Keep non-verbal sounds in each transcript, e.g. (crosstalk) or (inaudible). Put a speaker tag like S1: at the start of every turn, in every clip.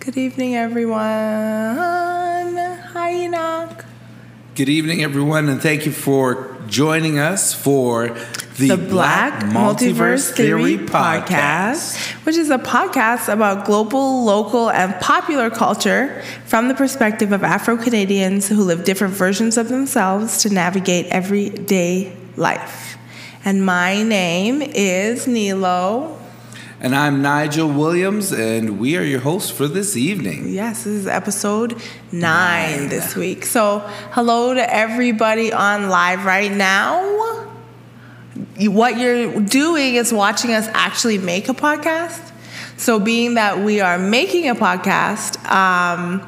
S1: Good evening, everyone. Hi, Enoch.
S2: Good evening, everyone, and thank you for joining us for the,
S1: The Black, Multiverse Theory podcast, which is a podcast about global, local, and popular culture from the perspective of Afro Canadians who live different versions of themselves to navigate everyday life. And my name is Nilo.
S2: And I'm Nigel Williams, and we are your hosts for this evening.
S1: Yes, this is episode nine, this week. So, hello to everybody on live right now. You- What you're doing is watching us actually make a podcast. So, being that we are making a podcast, um,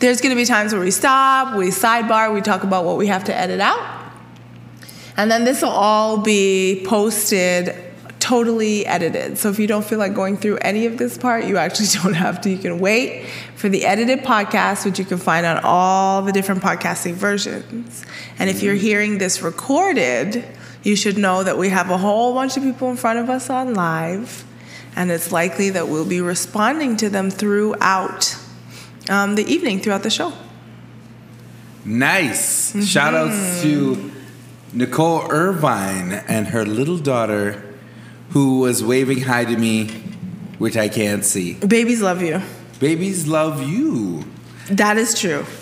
S1: there's going to be times where we stop, we sidebar, we talk about what we have to edit out. And then this will all be posted totally edited. So if you don't feel like going through any of this part, you actually (laughs) don't have to. You can wait for the edited podcast, which you can find on all the different podcasting versions. And if you're hearing this recorded, you should know that we have a whole bunch of people in front of us on live, and it's likely that we'll be responding to them throughout um, the evening, throughout the show.
S2: Nice.
S1: Mm-hmm.
S2: Shout outs to Nicole Irvine and her little daughter, who was waving hi to me, which I can't see.
S1: Babies love you.
S2: Babies love you.
S1: That is true.
S2: (laughs)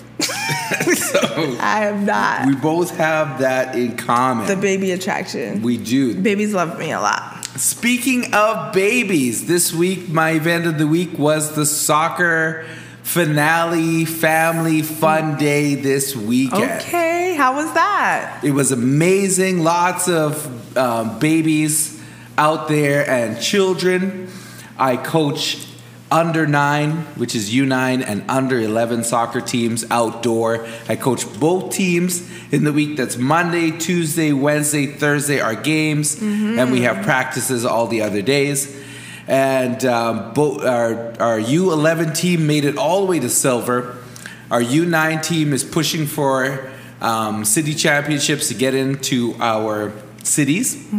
S2: So
S1: (laughs) I am not.
S2: we both have that in common.
S1: the baby attraction.
S2: we do.
S1: Babies love me a lot.
S2: Speaking of babies, this week my event of the week was the soccer finale family fun day this weekend.
S1: Okay, how was that?
S2: It was amazing. Lots of um, babies out there and children. I coach under nine, which is U9, and under 11 soccer teams outdoor. I coach both teams in the week. That's Monday, Tuesday, Wednesday, Thursday are games, and we have practices all the other days. And um, bo- our, our U11 team made it all the way to silver. Our U9 team is pushing for um, city championships to get into our cities.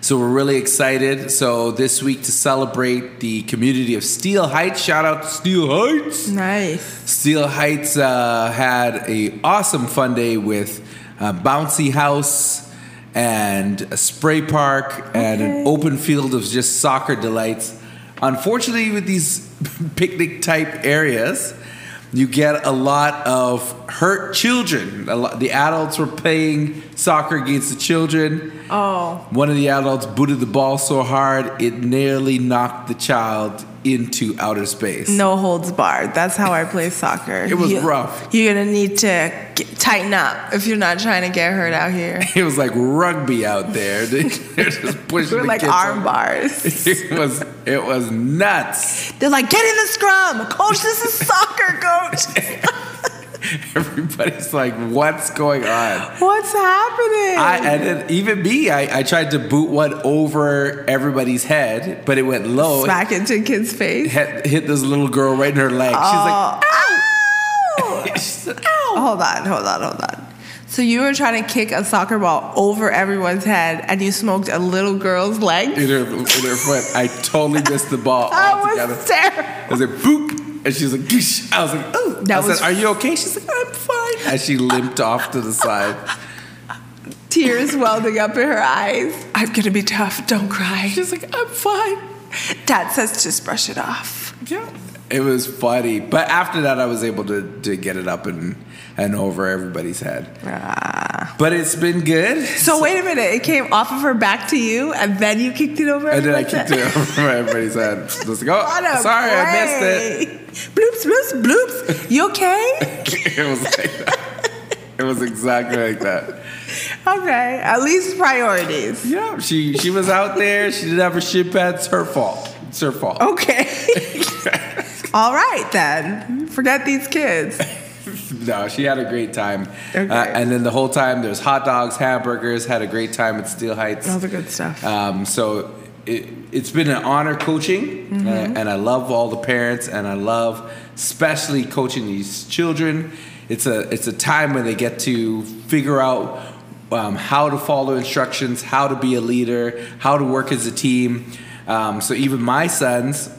S2: So we're really excited. So this week to celebrate the community of Steel Heights. Shout out to Steel Heights.
S1: Nice.
S2: Steel Heights uh, had a awesome fun day with a bouncy house and a spray park and an
S1: Okay.
S2: open field of just soccer delights. Unfortunately, with these (laughs) picnic type areas, you get a lot of hurt children. A lot, the adults were playing soccer against the children.
S1: Oh,
S2: One of the adults booted the ball so hard it nearly knocked the child into outer space.
S1: no holds barred. That's how I play soccer.
S2: It was rough.
S1: You're gonna need to g tighten up if you're not trying to get hurt out
S2: (laughs)
S1: here.
S2: It was like rugby out there. (laughs) They're just pushing
S1: We're
S2: the
S1: like
S2: kids
S1: arm
S2: up.
S1: bars.
S2: (laughs) It was it was nuts. (laughs)
S1: They're like, get in the scrum, coach. This is soccer,
S2: (laughs)
S1: coach.
S2: Everybody's like, "What's going on?"
S1: What's happening? (laughs)
S2: I, and then even me, I, I tried to boot one over everybody's head, but it went low.
S1: Smack into a kid's face.
S2: Hit, hit this little girl right in her leg.
S1: Oh, ow!
S2: She's like,
S1: (laughs) Hold on, hold on, hold on. So you were trying to kick a soccer ball over everyone's head, and you smoked a little girl's leg.
S2: in her, in her foot. I totally missed the
S1: (laughs)
S2: ball
S1: That
S2: altogether.
S1: was terrible.
S2: I was like, boop. And she was like, Goosh. I was like, oh.
S1: That
S2: I
S1: was-
S2: said, are you okay? She's like, I'm fine. And she limped off to the side.
S1: Tears welling up in her eyes. I'm gonna be tough. Don't cry.
S2: She's like, I'm fine.
S1: Dad says just brush it off.
S2: Yeah. It was funny. But after that, I was able to, to get it up and, and over everybody's head. But it's been good.
S1: So wait a minute. It came off of her back to you, and then you kicked it over.
S2: And then I kicked it
S1: (laughs)
S2: over everybody's head. I was like, oh, sorry, I missed
S1: it. Bloops, bloops, bloops. You okay?
S2: (laughs) it. It was like that. It was exactly like that.
S1: okay. At least priorities.
S2: Yeah, she she was out there. She didn't have her shit pad. It's her fault. It's her fault.
S1: Oh.
S2: (laughs)
S1: Okay. All right then. Forget these kids.
S2: No, she had a great time.
S1: Okay.
S2: Uh, and then the whole time there's hot dogs, hamburgers, had a great time at Steel Heights.
S1: All the good stuff.
S2: Um, so it, it's been an honor coaching, uh, and I love all the parents, and I love especially coaching these children. It's a it's a time when they get to figure out um, how to follow instructions, how to be a leader, how to work as a team. Um, so even my sons,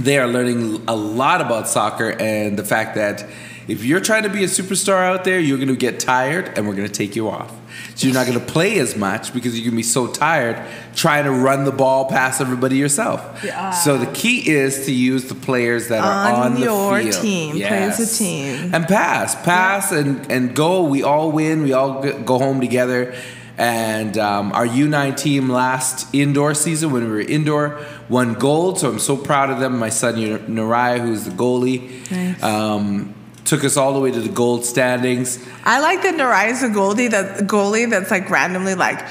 S2: they are learning a lot about soccer and the fact that if you're trying to be a superstar out there, you're going to get tired and we're going to take you off. So you're not going to play as much because you're going to be so tired trying to run the ball past everybody yourself.
S1: Yeah.
S2: So the key is to use the players that are
S1: On
S2: on the
S1: your
S2: field.
S1: team. Play as a team.
S2: And pass, pass, and and go. We all win. We all g- go home together. And um, our U9 team last indoor season, when we were indoor, won gold. So I'm so proud of them. My son Narai, who's the goalie,
S1: Nice.
S2: um, took us all the way to the gold standings. (laughs)
S1: I like that Narai's a goalie that goalie that's like randomly like, (sighs)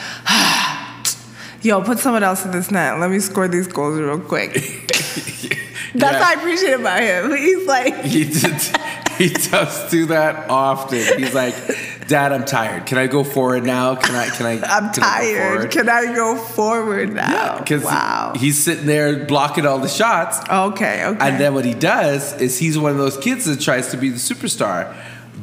S1: yo, put someone else in this net. Let me score these goals real
S2: (laughs)
S1: quick. That's
S2: Yeah.
S1: what I appreciate about him. He's like,
S2: He did. He does do that often. He's like, "Dad, I'm tired. Can I go forward now? Can I? Can I?
S1: I'm
S2: can I go
S1: tired.
S2: forward?"
S1: Can I go forward now?
S2: because
S1: wow.
S2: he's sitting there blocking all the shots.
S1: okay, okay.
S2: And then what he does is he's one of those kids that tries to be the superstar,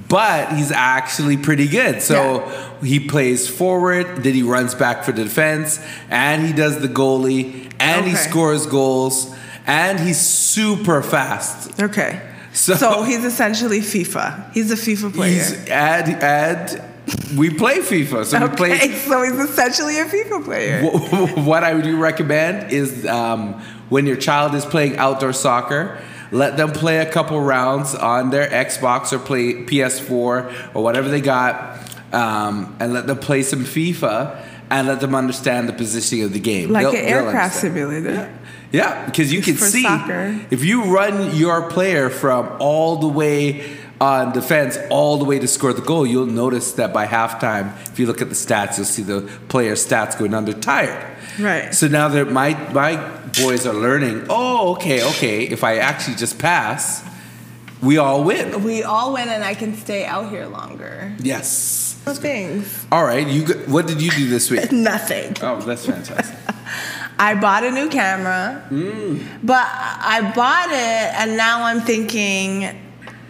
S2: but he's actually pretty good. So he plays forward, then he runs back for defense, and he does the goalie, and he
S1: Okay.
S2: scores goals, and he's super fast.
S1: okay.
S2: So-
S1: So, he's essentially FIFA. He's a FIFA player.
S2: He's and and we play FIFA, so we play
S1: okay, (laughs) so he's essentially a FIFA player.
S2: Wh- (laughs) what I do recommend is um, when your child is playing outdoor soccer, let them play a couple rounds on their Xbox or play PS4 or whatever they got, um, and let them play some FIFA and let them understand the positioning of the game.
S1: like
S2: They'll-
S1: an
S2: they'll
S1: aircraft
S2: understand.
S1: simulator.
S2: Yeah, because you can
S1: For
S2: see
S1: soccer.
S2: if you run your player from all the way on defense all the way to score the goal, you'll notice that by halftime, if you look at the stats, you'll see the player's stats going under tired.
S1: Right.
S2: So now that my my boys are learning, oh, okay, okay, if I actually just pass, we all win.
S1: We all win, and I can stay out here longer.
S2: Yes.
S1: Things.
S2: All right. You. Got, what did you do this
S1: (laughs)
S2: week?
S1: Nothing.
S2: Oh, that's fantastic.
S1: I bought a new camera, but I bought it, and now I'm thinking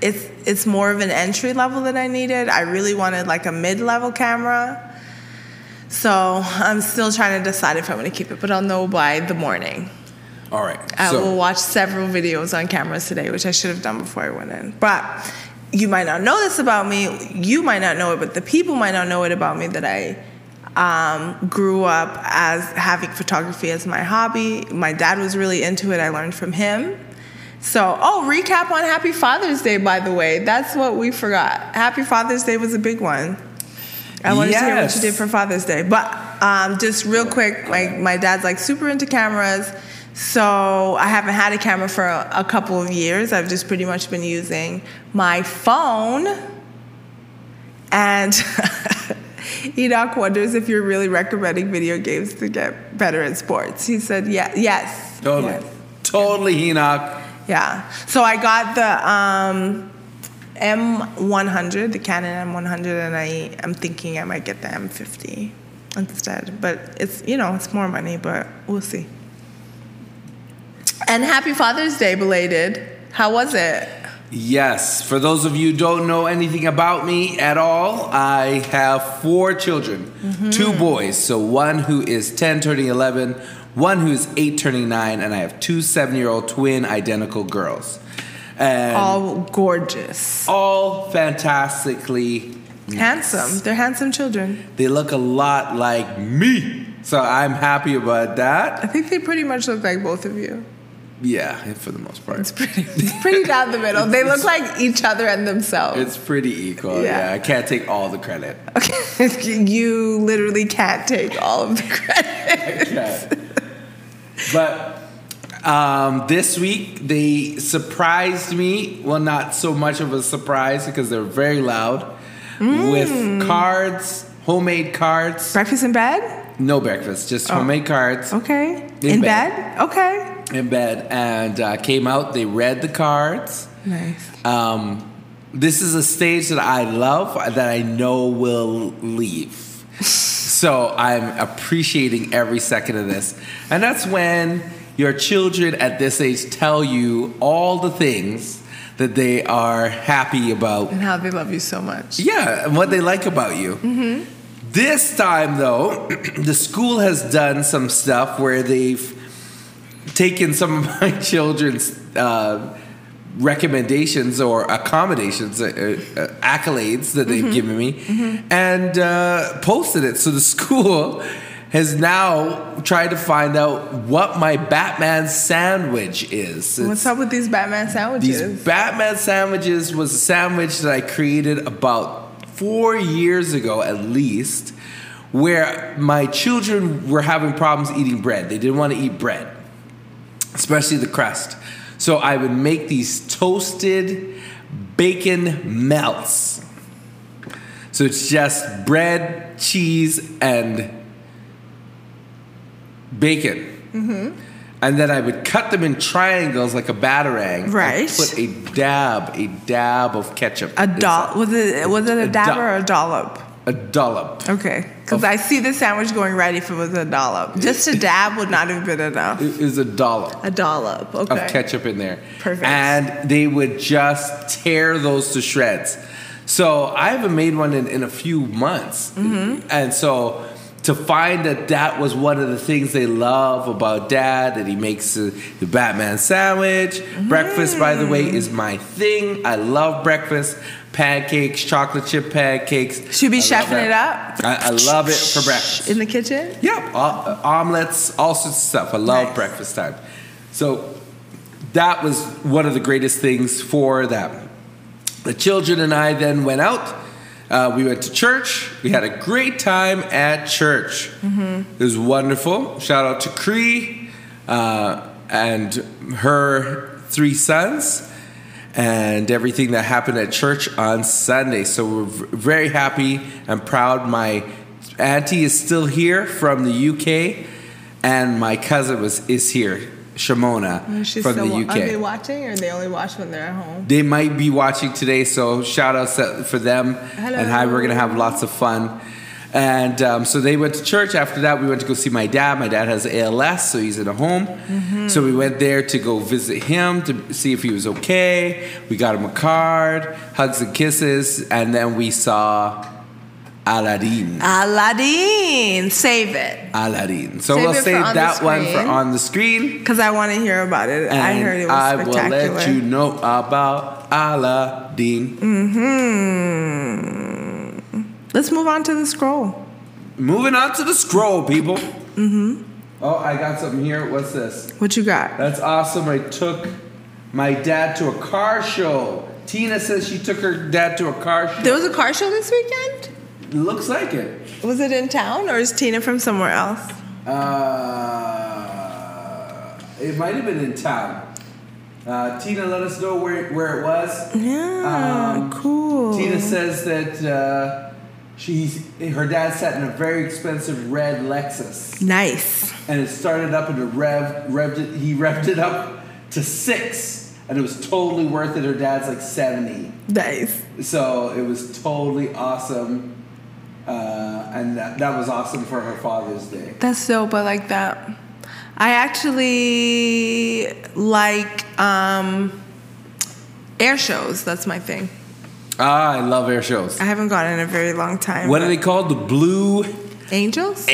S1: it's it's more of an entry level that I needed. I really wanted like a mid level camera, so I'm still trying to decide if I'm going to keep it. But I'll know by the morning.
S2: All right.
S1: I
S2: so,
S1: will watch several videos on cameras today, which I should have done before I went in. But you might not know this about me. You might not know it, but the people might not know it about me that I um, grew up as having photography as my hobby. My dad was really into it. I learned from him. So, oh, recap on Happy Father's Day, by the way. That's what we forgot. Happy Father's Day was a big one. I wanted to hear what
S2: Yes.
S1: you did for Father's Day. But um, just real quick, my, my dad's like super into cameras. So I haven't had a camera for a, a couple of years. I've just pretty much been using my phone. And (laughs) Enoch wonders if you're really recommending video games to get better at sports. He said, yeah, yes.
S2: totally,
S1: yes.
S2: totally, Enoch.
S1: Yeah. So I got the um, M100, the Canon M100, and I am thinking I might get the M50 instead. But it's you know it's more money, but we'll see. And happy Father's Day belated. How was it?
S2: Yes. For those of you who don't know anything about me at all, I have four children,
S1: Mm-hmm.
S2: two boys. So one who is 10 turning 11, one who is 8 turning 9, and I have two seven year old twin identical girls. And all,
S1: All gorgeous,
S2: fantastically,
S1: handsome. They're handsome children.
S2: they look a lot like me. So I'm happy about
S1: I
S2: that.
S1: think they pretty much look like both of
S2: (laughs)
S1: you.
S2: Yeah, for the most part.
S1: It's pretty, it's pretty down the middle. They look like each other and themselves.
S2: It's pretty equal.
S1: Yeah.
S2: yeah, I can't take all the credit.
S1: Okay. (laughs) you literally can't take all of the credit.
S2: Yeah. (laughs) but um, this week they surprised me. Well, not so much of a surprise because they're very loud with cards, homemade cards.
S1: Breakfast in bed?
S2: No breakfast, just homemade cards
S1: Oh. Okay.
S2: In
S1: In,
S2: bed.
S1: bed. Okay.
S2: in bed, and uh, came out. They read the cards.
S1: Nice.
S2: Um, this is a stage that I love that I know will leave. So I'm appreciating every second of this. And that's when your children at this age tell you all the things that they are happy about.
S1: And how they love you so much.
S2: Yeah, and what they like about you.
S1: Mm-hmm.
S2: (clears throat) This time, though, the school has done some stuff where they've taken some of my (laughs) children's uh, recommendations or accommodations, uh, uh, accolades that
S1: Mm-hmm.
S2: they've given me, and uh, posted it. So the (laughs) school has now tried to find out what my Batman sandwich is. It's-
S1: What's up with these Batman
S2: these
S1: sandwiches?
S2: Batman sandwiches was a sandwich that I created about four years ago at least, where my children were having problems eating bread. They didn't want to eat bread, especially the crust. So I would make these toasted bacon melts. So it's just bread, cheese, and bacon.
S1: Mm-hmm.
S2: And then I would cut them in triangles like a batarang. and
S1: Right.
S2: Put a dab, a dab of ketchup.
S1: a
S2: inside.
S1: dollop. Was it was it a,
S2: a
S1: dab
S2: doll- Oh.
S1: or a dollop?
S2: A dollop.
S1: Okay, because I see the sandwich going right if it was a dollop. Just a dab would not have been enough.
S2: It is a dollop
S1: A dollop. Okay.
S2: of ketchup in there.
S1: Perfect.
S2: And they would just tear those to shreds. So I haven't made one in, in a few months.
S1: Mm-hmm.
S2: And so to find that that was one of the things they love about dad, that he makes the, the Batman sandwich.
S1: Mm-hmm.
S2: Breakfast, by the way, is my thing. I love breakfast. Pancakes, chocolate chip pancakes.
S1: Should be
S2: I love
S1: chefing it up.
S2: I, I love it for breakfast.
S1: In the kitchen.
S2: Yep, uh, omelets, all sorts of stuff. I love
S1: Nice.
S2: breakfast time. So that was one of the greatest things for them. The children and I then went out. Uh, we went to church. We had a great time at church. It was wonderful. Shout out to Cree uh, and her three sons and everything that happened at church on Sunday. So we're v- very happy and proud. My auntie is still here from the UK, and my cousin was is here, Shimona,
S1: Oh, She's
S2: from
S1: still-
S2: the UK.
S1: Are they watching or they only watch when they're at home?
S2: They might be watching today, so shout outs uh, for them. And hi, we're going to have lots of fun. And um, so they went to church. After that, we went to go see my dad. My dad has ALS, so he's in a home.
S1: Mm-hmm.
S2: So we went there to go visit him to see if he was okay. We got him a card, hugs and kisses, and then we saw Aladdin.
S1: Aladdin, save it
S2: Aladdin. So
S1: Save
S2: we'll
S1: it for
S2: save
S1: on the
S2: that one for
S1: screen.
S2: on the screen.
S1: because I want to hear about it. I
S2: And
S1: heard it was
S2: I will
S1: spectacular.
S2: let you know about Aladdin.
S1: Mm-hmm. Let's move on to the scroll.
S2: Moving on to the scroll, people. Mm-hmm. Oh, I got something here. What's this?
S1: What you got?
S2: That's awesome. I took my dad to a car show. Tina says she took her dad to a car show.
S1: There was a car show this weekend.
S2: Looks like it.
S1: Was it in town or is Tina from somewhere else?
S2: Uh, it might have been in town. Uh, Tina, let us know where, where it was.
S1: Yeah,
S2: Um,
S1: cool.
S2: Tina says that uh, she's, her dad sat in a very expensive red Lexus.
S1: nice.
S2: and it started up and it rev, revved it, he (laughs) revved it up to six and it was totally worth it her dad's like 70
S1: Nice.
S2: so it was totally awesome uh, and that, that was awesome for her father's day
S1: That's dope. I like that. I actually like um, air shows. That's my thing.
S2: ah i love air shows
S1: I haven't gone in a very long time.
S2: what are they called the blue
S1: but- Angels?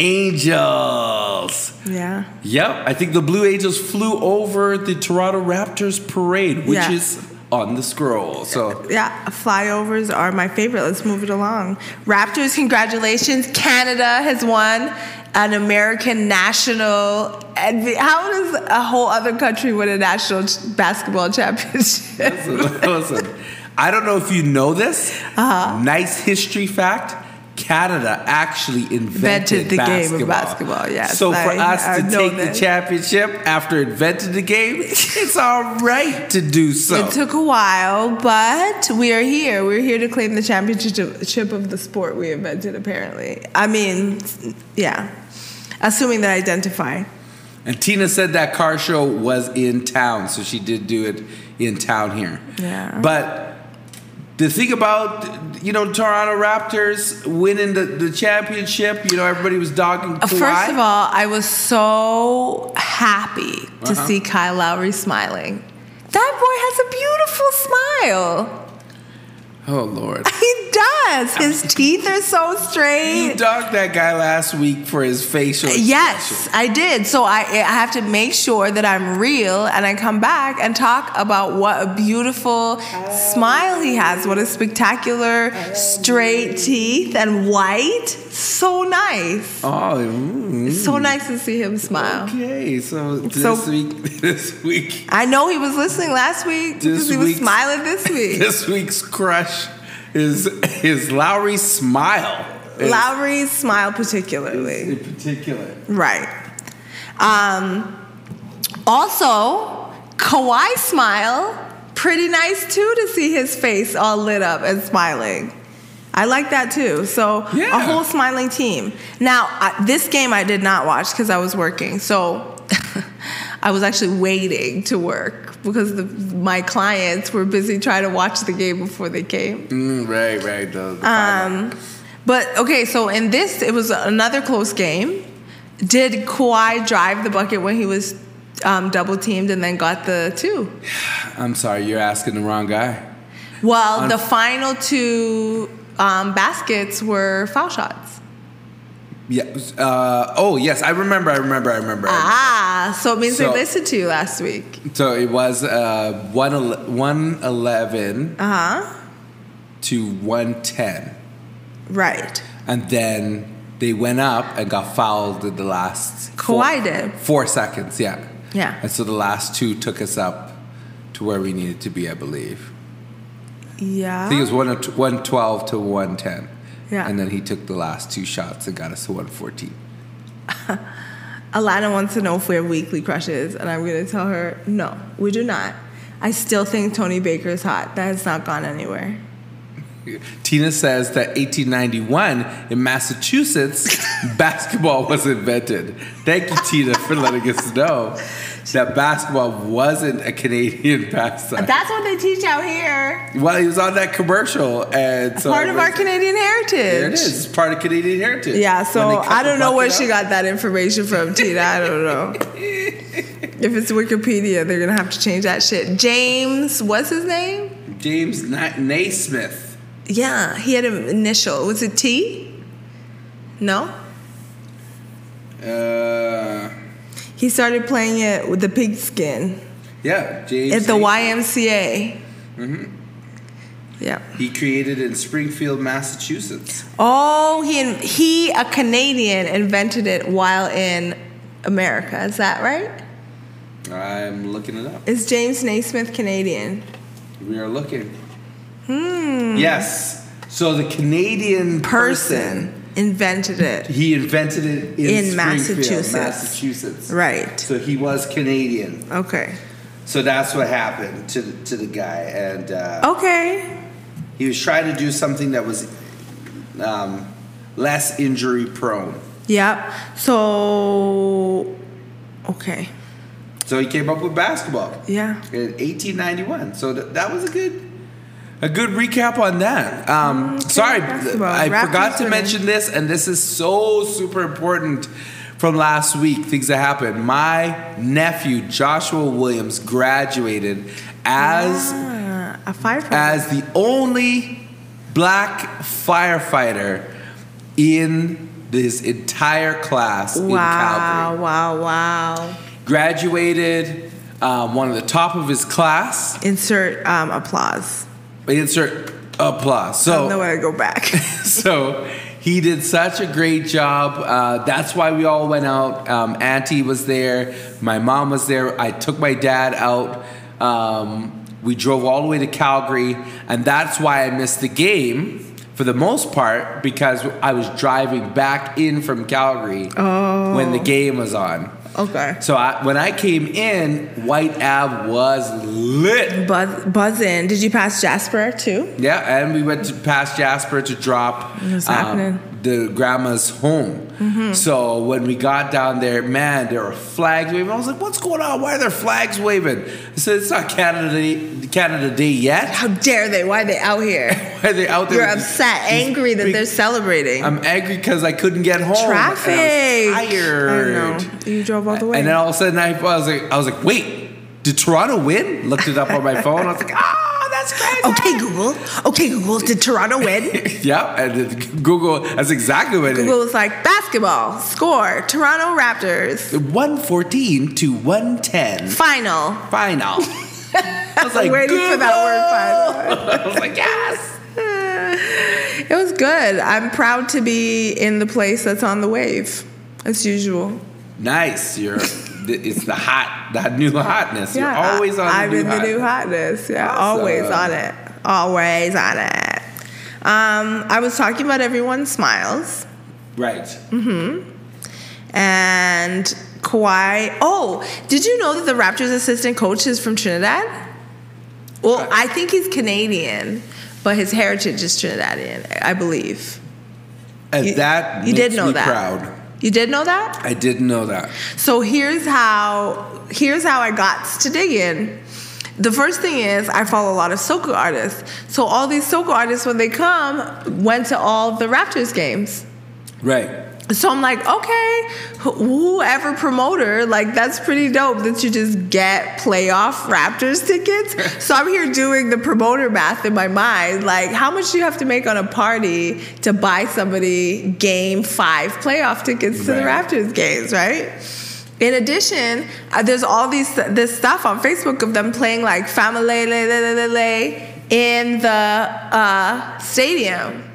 S2: angels
S1: yeah.
S2: yep i think the blue angels flew over the toronto raptors parade which
S1: Yeah.
S2: is on the scroll so
S1: Yeah, flyovers are my favorite. Let's move it along. Raptors, congratulations. Canada has won an American national. adv- How does a whole other country win a national ch- basketball championship? (laughs)
S2: Listen, (laughs) listen. I don't know if you know this. Uh-huh. Nice history fact. Canada actually
S1: Invented
S2: invented
S1: the game
S2: basketball.
S1: of basketball, yes,
S2: So for
S1: I- I
S2: us to
S1: know
S2: take
S1: that.
S2: the championship after invented the game, it's all right to do so.
S1: It took a while, but we are here. We're here to claim the championship of the sport we invented, apparently. I mean, yeah. Assuming they identify.
S2: and Tina said that car show was in town, so she did do it in town here.
S1: Yeah.
S2: But the thing about you know Toronto Raptors winning the, the championship, you know everybody was dogging Kawhi.
S1: Uh, First of all, I was so happy to
S2: Uh-huh.
S1: see Kyle Lowry smiling. That boy has a beautiful smile. (laughs)
S2: Oh Lord.
S1: He does.
S2: (laughs)
S1: His teeth are so
S2: You
S1: straight.
S2: dogged that guy last week for his facial.
S1: Yes, I did. So I, I have to make sure that I'm real and I come back and talk about what a beautiful smile he has, what a spectacular straight teeth and white. So nice.
S2: Oh, mm.
S1: So nice to see him smile.
S2: okay. So this
S1: So-
S2: week, (laughs) this week,
S1: I know he was listening last week because
S2: This
S1: he was
S2: week's-
S1: smiling
S2: (laughs)
S1: this week.
S2: this week's crush is is Lowry Smile. Is-
S1: Lowry's smile, particularly.
S2: in particular.
S1: Right. Um, also, Kawhi smile, pretty nice too to see his face all lit up and smiling. I like that too. So a
S2: Yeah.
S1: whole smiling team. Now I, this game I did not watch because I was working. So (laughs) I was actually waiting to work because the, my clients were busy trying to watch the game before they came.
S2: Mm, right, right. The, the
S1: Um, but okay, so in this, it was another close game. Did Kawhi drive the bucket when he was um, double teamed and then got the two?
S2: final. I'm sorry, you're asking the wrong guy.
S1: Well,
S2: Um,
S1: the final two um, baskets were foul shots.
S2: Yeah. Uh, oh yes, I remember. I remember. I remember.
S1: Ah, so it means
S2: So-
S1: they listened to you last week.
S2: So it was uh, one ele- one eleven
S1: Uh huh.
S2: to one ten,
S1: Right.
S2: and then they went up and got fouled in the last
S1: Kawhi
S2: four,
S1: did.
S2: four seconds. Yeah.
S1: Yeah.
S2: And so the last two took us up to where we needed to be, I believe. I think it
S1: Yeah.
S2: was one one twelve to one
S1: Ah.
S2: ten.
S1: Yeah.
S2: And then he took the last two shots and got us to one fourteen.
S1: Alana wants to know if we have weekly crushes, and I'm going to tell her no, we do not. I still think Tony Baker is hot. That has not gone anywhere.
S2: Tina says that 1891
S1: (laughs)
S2: in Massachusetts, basketball was invented. Thank you, Tina, for letting us
S1: (laughs)
S2: know that basketball wasn't a Canadian pastime.
S1: That's what they teach out here.
S2: well, he was on that commercial, and so
S1: Part
S2: it
S1: of our
S2: was-
S1: Canadian heritage.
S2: There it is. It's part of Canadian heritage.
S1: Yeah,
S2: When
S1: so
S2: they cut
S1: I
S2: the
S1: don't know where
S2: bucket
S1: she
S2: up.
S1: got that information from, Tina. I don't
S2: (laughs)
S1: know. if it's Wikipedia, they're gonna have to change that shit. James, what's his name?
S2: James Na- Naismith.
S1: Yeah, he had an initial. Was it T? No.
S2: Uh,
S1: He started playing it with the pigskin
S2: yeah, James.
S1: at the
S2: Naismith.
S1: YMCA.
S2: Mm-hmm.
S1: Yeah.
S2: He created in Springfield, Massachusetts.
S1: Oh, he he a Canadian invented it while in America. Is that right?
S2: I'm looking it up.
S1: Is James Naismith Canadian? Hmm.
S2: We are looking. Yes. So the Canadian person,
S1: Person invented it.
S2: he invented it in,
S1: In
S2: Springfield,
S1: Massachusetts.
S2: Massachusetts.
S1: Right.
S2: So he was Canadian.
S1: Okay.
S2: So that's what happened to to the guy, and uh,
S1: Okay.
S2: he was trying to do something that was um, less injury prone.
S1: Yep. So okay.
S2: So he came up with basketball
S1: Yeah.
S2: in 1891. So th- that was a good. A good recap on that. Um, sorry,
S1: basketball.
S2: I
S1: Raptors
S2: forgot to
S1: winning.
S2: mention this, and this is so super important from last week. Things that happened. My nephew Joshua Williams graduated as
S1: Ah, a firefighter.
S2: as the only black firefighter in this entire class in Calgary
S1: Wow, wow, wow.
S2: graduated um, one of the top of his class.
S1: Insert um, applause.
S2: Insert applause.
S1: I don't know
S2: So,
S1: where to go
S2: (laughs)
S1: back.
S2: so he did such a great job. Uh, that's why we all went out. Um, Auntie was there. My mom was there. I took my dad out. Um, we drove all the way to Calgary, and that's why I missed the game. For the most part, because I was driving back in from Calgary when the game was on.
S1: okay.
S2: So I, when I came in, White Ave was lit.
S1: Buzz, buzz in. Did you pass Jasper too?
S2: Yeah, and we went to past Jasper to drop um,
S1: What's happening? Mm-hmm.
S2: the grandma's home. So when we got down there, man, there were flags waving. I was like, "What's going on? Why are there flags waving?" I said, "It's not Canada Day, Canada Day yet. (laughs)
S1: How dare they? Why are they out here?
S2: Why are they out there?"
S1: You're
S2: with these-
S1: upset,
S2: these
S1: angry that
S2: big-
S1: they're celebrating.
S2: I'm angry because Oh, I couldn't get home.
S1: Traffic.
S2: And I
S1: I
S2: was tired.
S1: know. You drove all the way.
S2: And then all of a sudden, I was like, I was like, wait, did Toronto win? Looked it up on my phone. I was like, ah,
S1: that's crazy.
S3: Okay, Google. Okay, Google. Did Toronto win?
S2: (laughs) Yep, and it- Google. That's exactly what
S1: Google was like basketball score Toronto Raptors
S2: it is. One fourteen to one ten.
S1: final.
S2: Final. I
S1: (laughs)
S2: was like,
S1: Waiting for that word
S2: "Google!" (laughs) I was like, yes.
S1: final. it was good. I'm proud to be in the place that's on the wave, as usual.
S2: Nice. You're. It's the hot, that new hotness. You're always on.
S1: I'm
S2: the new
S1: in the new hotness. Yeah,
S2: Awesome.
S1: always on it. Always on it. Um, I was talking about everyone smiles.
S2: Right.
S1: Mm-hmm. And Kawhi. Oh, did you know that the Raptors assistant coach is from Trinidad? Well, I think he's Canadian, but his heritage is Trinidadian, I believe.
S2: And
S1: You-
S2: that
S1: you
S2: makes
S1: did know
S2: me
S1: that.
S2: proud.
S1: You did know that?
S2: I didn't know that.
S1: So here's how here's how I got to dig in. The first thing is I follow a lot of soca artists. So all these soca artists when they come went to all the Raptors games.
S2: Right.
S1: So I'm like, okay, wh- whoever promoter, like that's pretty dope that you just get playoff Raptors tickets. so I'm here doing the promoter math in my mind, like how much do you have to make on a party to buy somebody game five playoff tickets to the
S2: Right.
S1: Raptors games, right? In addition, uh, there's all these this stuff on Facebook of them playing like family in the uh, stadium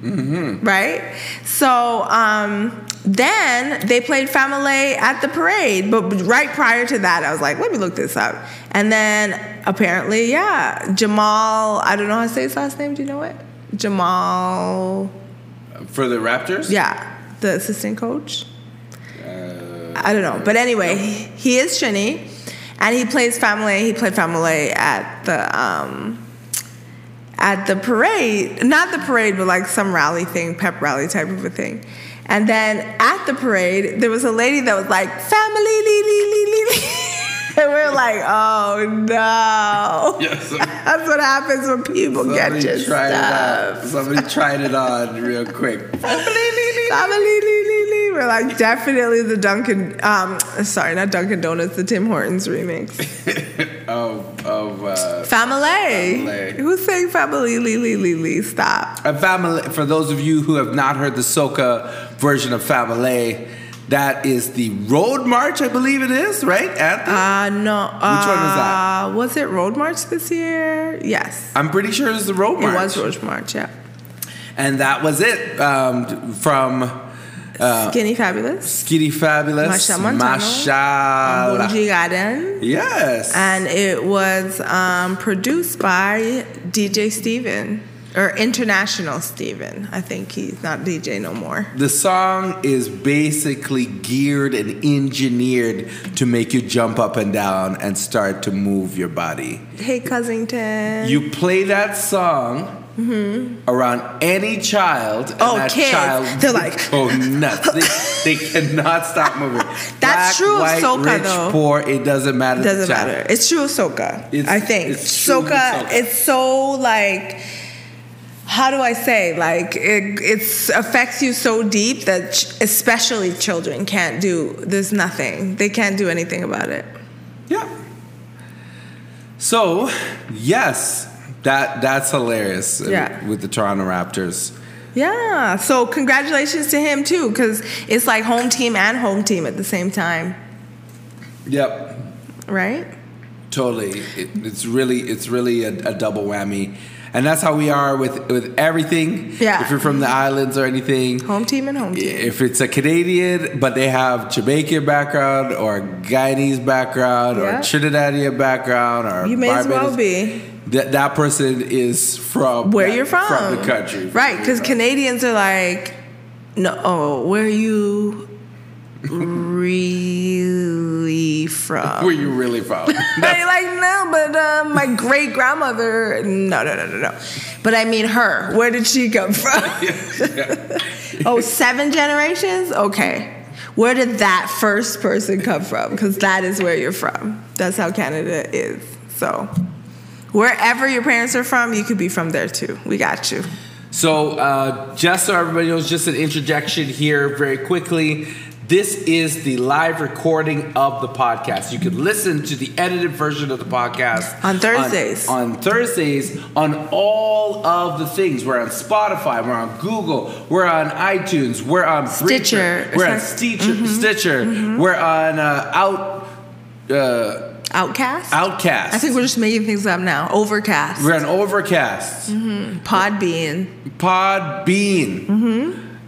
S1: right? So um, then they played Family at the parade, but right prior to that, I was like, let me look this up. And then apparently, yeah, Jamal, I don't know how to say his last name. Do you know it? Jamal,
S2: For the Raptors?
S1: yeah, the assistant coach. I don't know. But anyway, he, he is Trini, and he plays Family. He played Family at the. Um, at the parade, not the parade, but like some rally thing, pep rally type of a thing. And then at the parade, there was a lady that was like, family, lee, lee, lee, lee, lee. (laughs) And we we're like, oh no. (laughs)
S2: Yes.
S1: That's what happens when people get
S2: Somebody
S1: your
S2: tried
S1: stuff.
S2: it on. Somebody tried it on real quick.
S1: Family, lee, lee, lee. We're like, definitely the Dunkin', um, sorry, not Dunkin' Donuts, the Tim Hortons remix.
S2: Of of Oh, uh,
S1: Family.
S2: Family.
S1: Who's saying family, lee, lee, lee, lee? Stop.
S2: a family. For those of you who have not heard the soca version of family, that is the road march, I believe it is. Right, Anthony?
S1: Uh, no.
S2: was that?
S1: uh, Was it Road March this year? Yes.
S2: I'm pretty sure it's the road march.
S1: It was Road March, yeah.
S2: And that was it um, from Uh,
S1: Skinny Fabulous,
S2: Skitty Fabulous,
S1: Masha Montano,
S2: Masha.
S1: Bungie Garden.
S2: Yes.
S1: And it was um, produced by DJ Steven, or International Steven. I think he's not DJ no more.
S2: The song is basically geared and engineered to make you jump up and down and start to move your body.
S1: Hey, Cousington.
S2: You play that song around any child, and
S1: Oh,
S2: that
S1: kids.
S2: child
S1: They're like-
S2: "Oh nuts! They, they cannot stop
S1: (laughs)
S2: moving." That's
S1: true of
S2: white,
S1: soca,
S2: rich,
S1: though.
S2: poor. It doesn't matter. to the
S1: doesn't
S2: child.
S1: matter. It's true of soca.
S2: It's-
S1: I think
S2: it's true with
S1: soca,
S2: soca.
S1: It's so like. How do I say? Like it, it's affects you so deep that ch- especially children can't do. There's nothing. They can't do anything about it.
S2: Yeah. So, yes, that that's hilarious. uh,
S1: Yeah.
S2: With the Toronto Raptors.
S1: Yeah. So congratulations to him too, because it's like home team and home team at the same time,
S2: Yep.
S1: right?
S2: Totally, it, it's really it's really a, a double whammy, and that's how we are with with everything.
S1: Yeah.
S2: If you're from the islands or anything,
S1: Home team and home team.
S2: if it's a Canadian but they have Jamaican background or Guyanese background
S1: Yeah.
S2: or Trinidadian background or
S1: You may as well
S2: Barbados,
S1: be.
S2: That that person is from
S1: where
S2: that-
S1: you're from.
S2: from the country,
S1: Right, because
S2: From-
S1: Canadians are like, no, oh, where are
S2: (laughs)
S1: you really from?
S2: where you
S1: (laughs)
S2: really from?
S1: They're like, no, but uh, my great grandmother, no, no, no, no, no. But I mean her. Where did she come from? oh, seven generations? Okay. Where did that first person come from? Because that is where you're from. That's how Canada is. So, wherever your parents are from, you could be from there too. We got you.
S2: So, uh, just so everybody knows, just an interjection here very quickly. This is the live recording of the podcast. You can listen to the edited version of the podcast
S1: On Thursdays.
S2: On, on Thursdays, on all of the things. We're on Spotify, we're on Google, we're on iTunes, we're on
S1: Stitcher. Mm-hmm.
S2: Breaker, we're on Stitcher, Stitcher, we're on uh, Out uh,
S1: Outcast?
S2: Outcast.
S1: I think we're just making things up now. Overcast.
S2: we're on Overcast,
S1: Podbean.
S2: Podbean.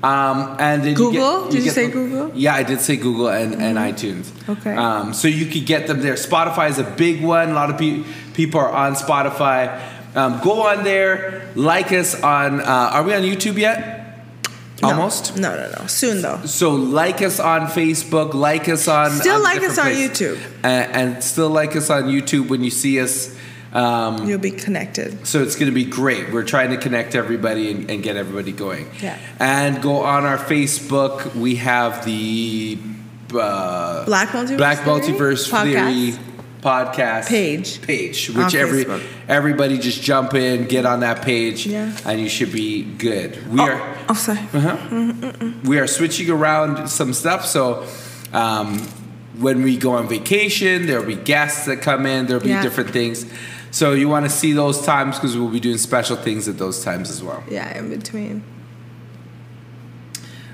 S2: Um, and
S1: Mm-hmm.
S2: then
S1: Google?
S2: You get,
S1: Did you
S2: get
S1: say
S2: them-
S1: Google? Mm-hmm.
S2: Yeah, I did say Google and, and iTunes.
S1: Okay.
S2: Um, so you could get them there. Spotify is a big one. A lot of pe- people are on Spotify. Um, go on there, like us on. Uh, are we on YouTube yet?
S1: No.
S2: Almost.
S1: No, no, no. Soon though.
S2: So like us on Facebook, like us on
S1: Still
S2: on
S1: like
S2: different
S1: us on
S2: places.
S1: YouTube.
S2: and, and still like us on YouTube when you see us. Um,
S1: You'll be connected.
S2: so it's going to be great. We're trying to connect everybody and, and get everybody going.
S1: Yeah.
S2: And go on our Facebook. We have the uh,
S1: Black Multiverse
S2: Black
S1: Theory
S2: Multiverse
S1: podcast.
S2: Theory podcast
S1: Page.
S2: page,
S1: On
S2: which every
S1: Facebook.
S2: everybody just jump in, get on that page,
S1: Yeah.
S2: and you should be good. We are
S1: Oh, oh, sorry.
S2: Uh-huh. we are switching around some stuff. So um, when we go on vacation, there'll be guests that come in. There'll be
S1: Yeah.
S2: different things. So you want to see those times because we'll be doing special things at those times as well.
S1: Yeah, in between.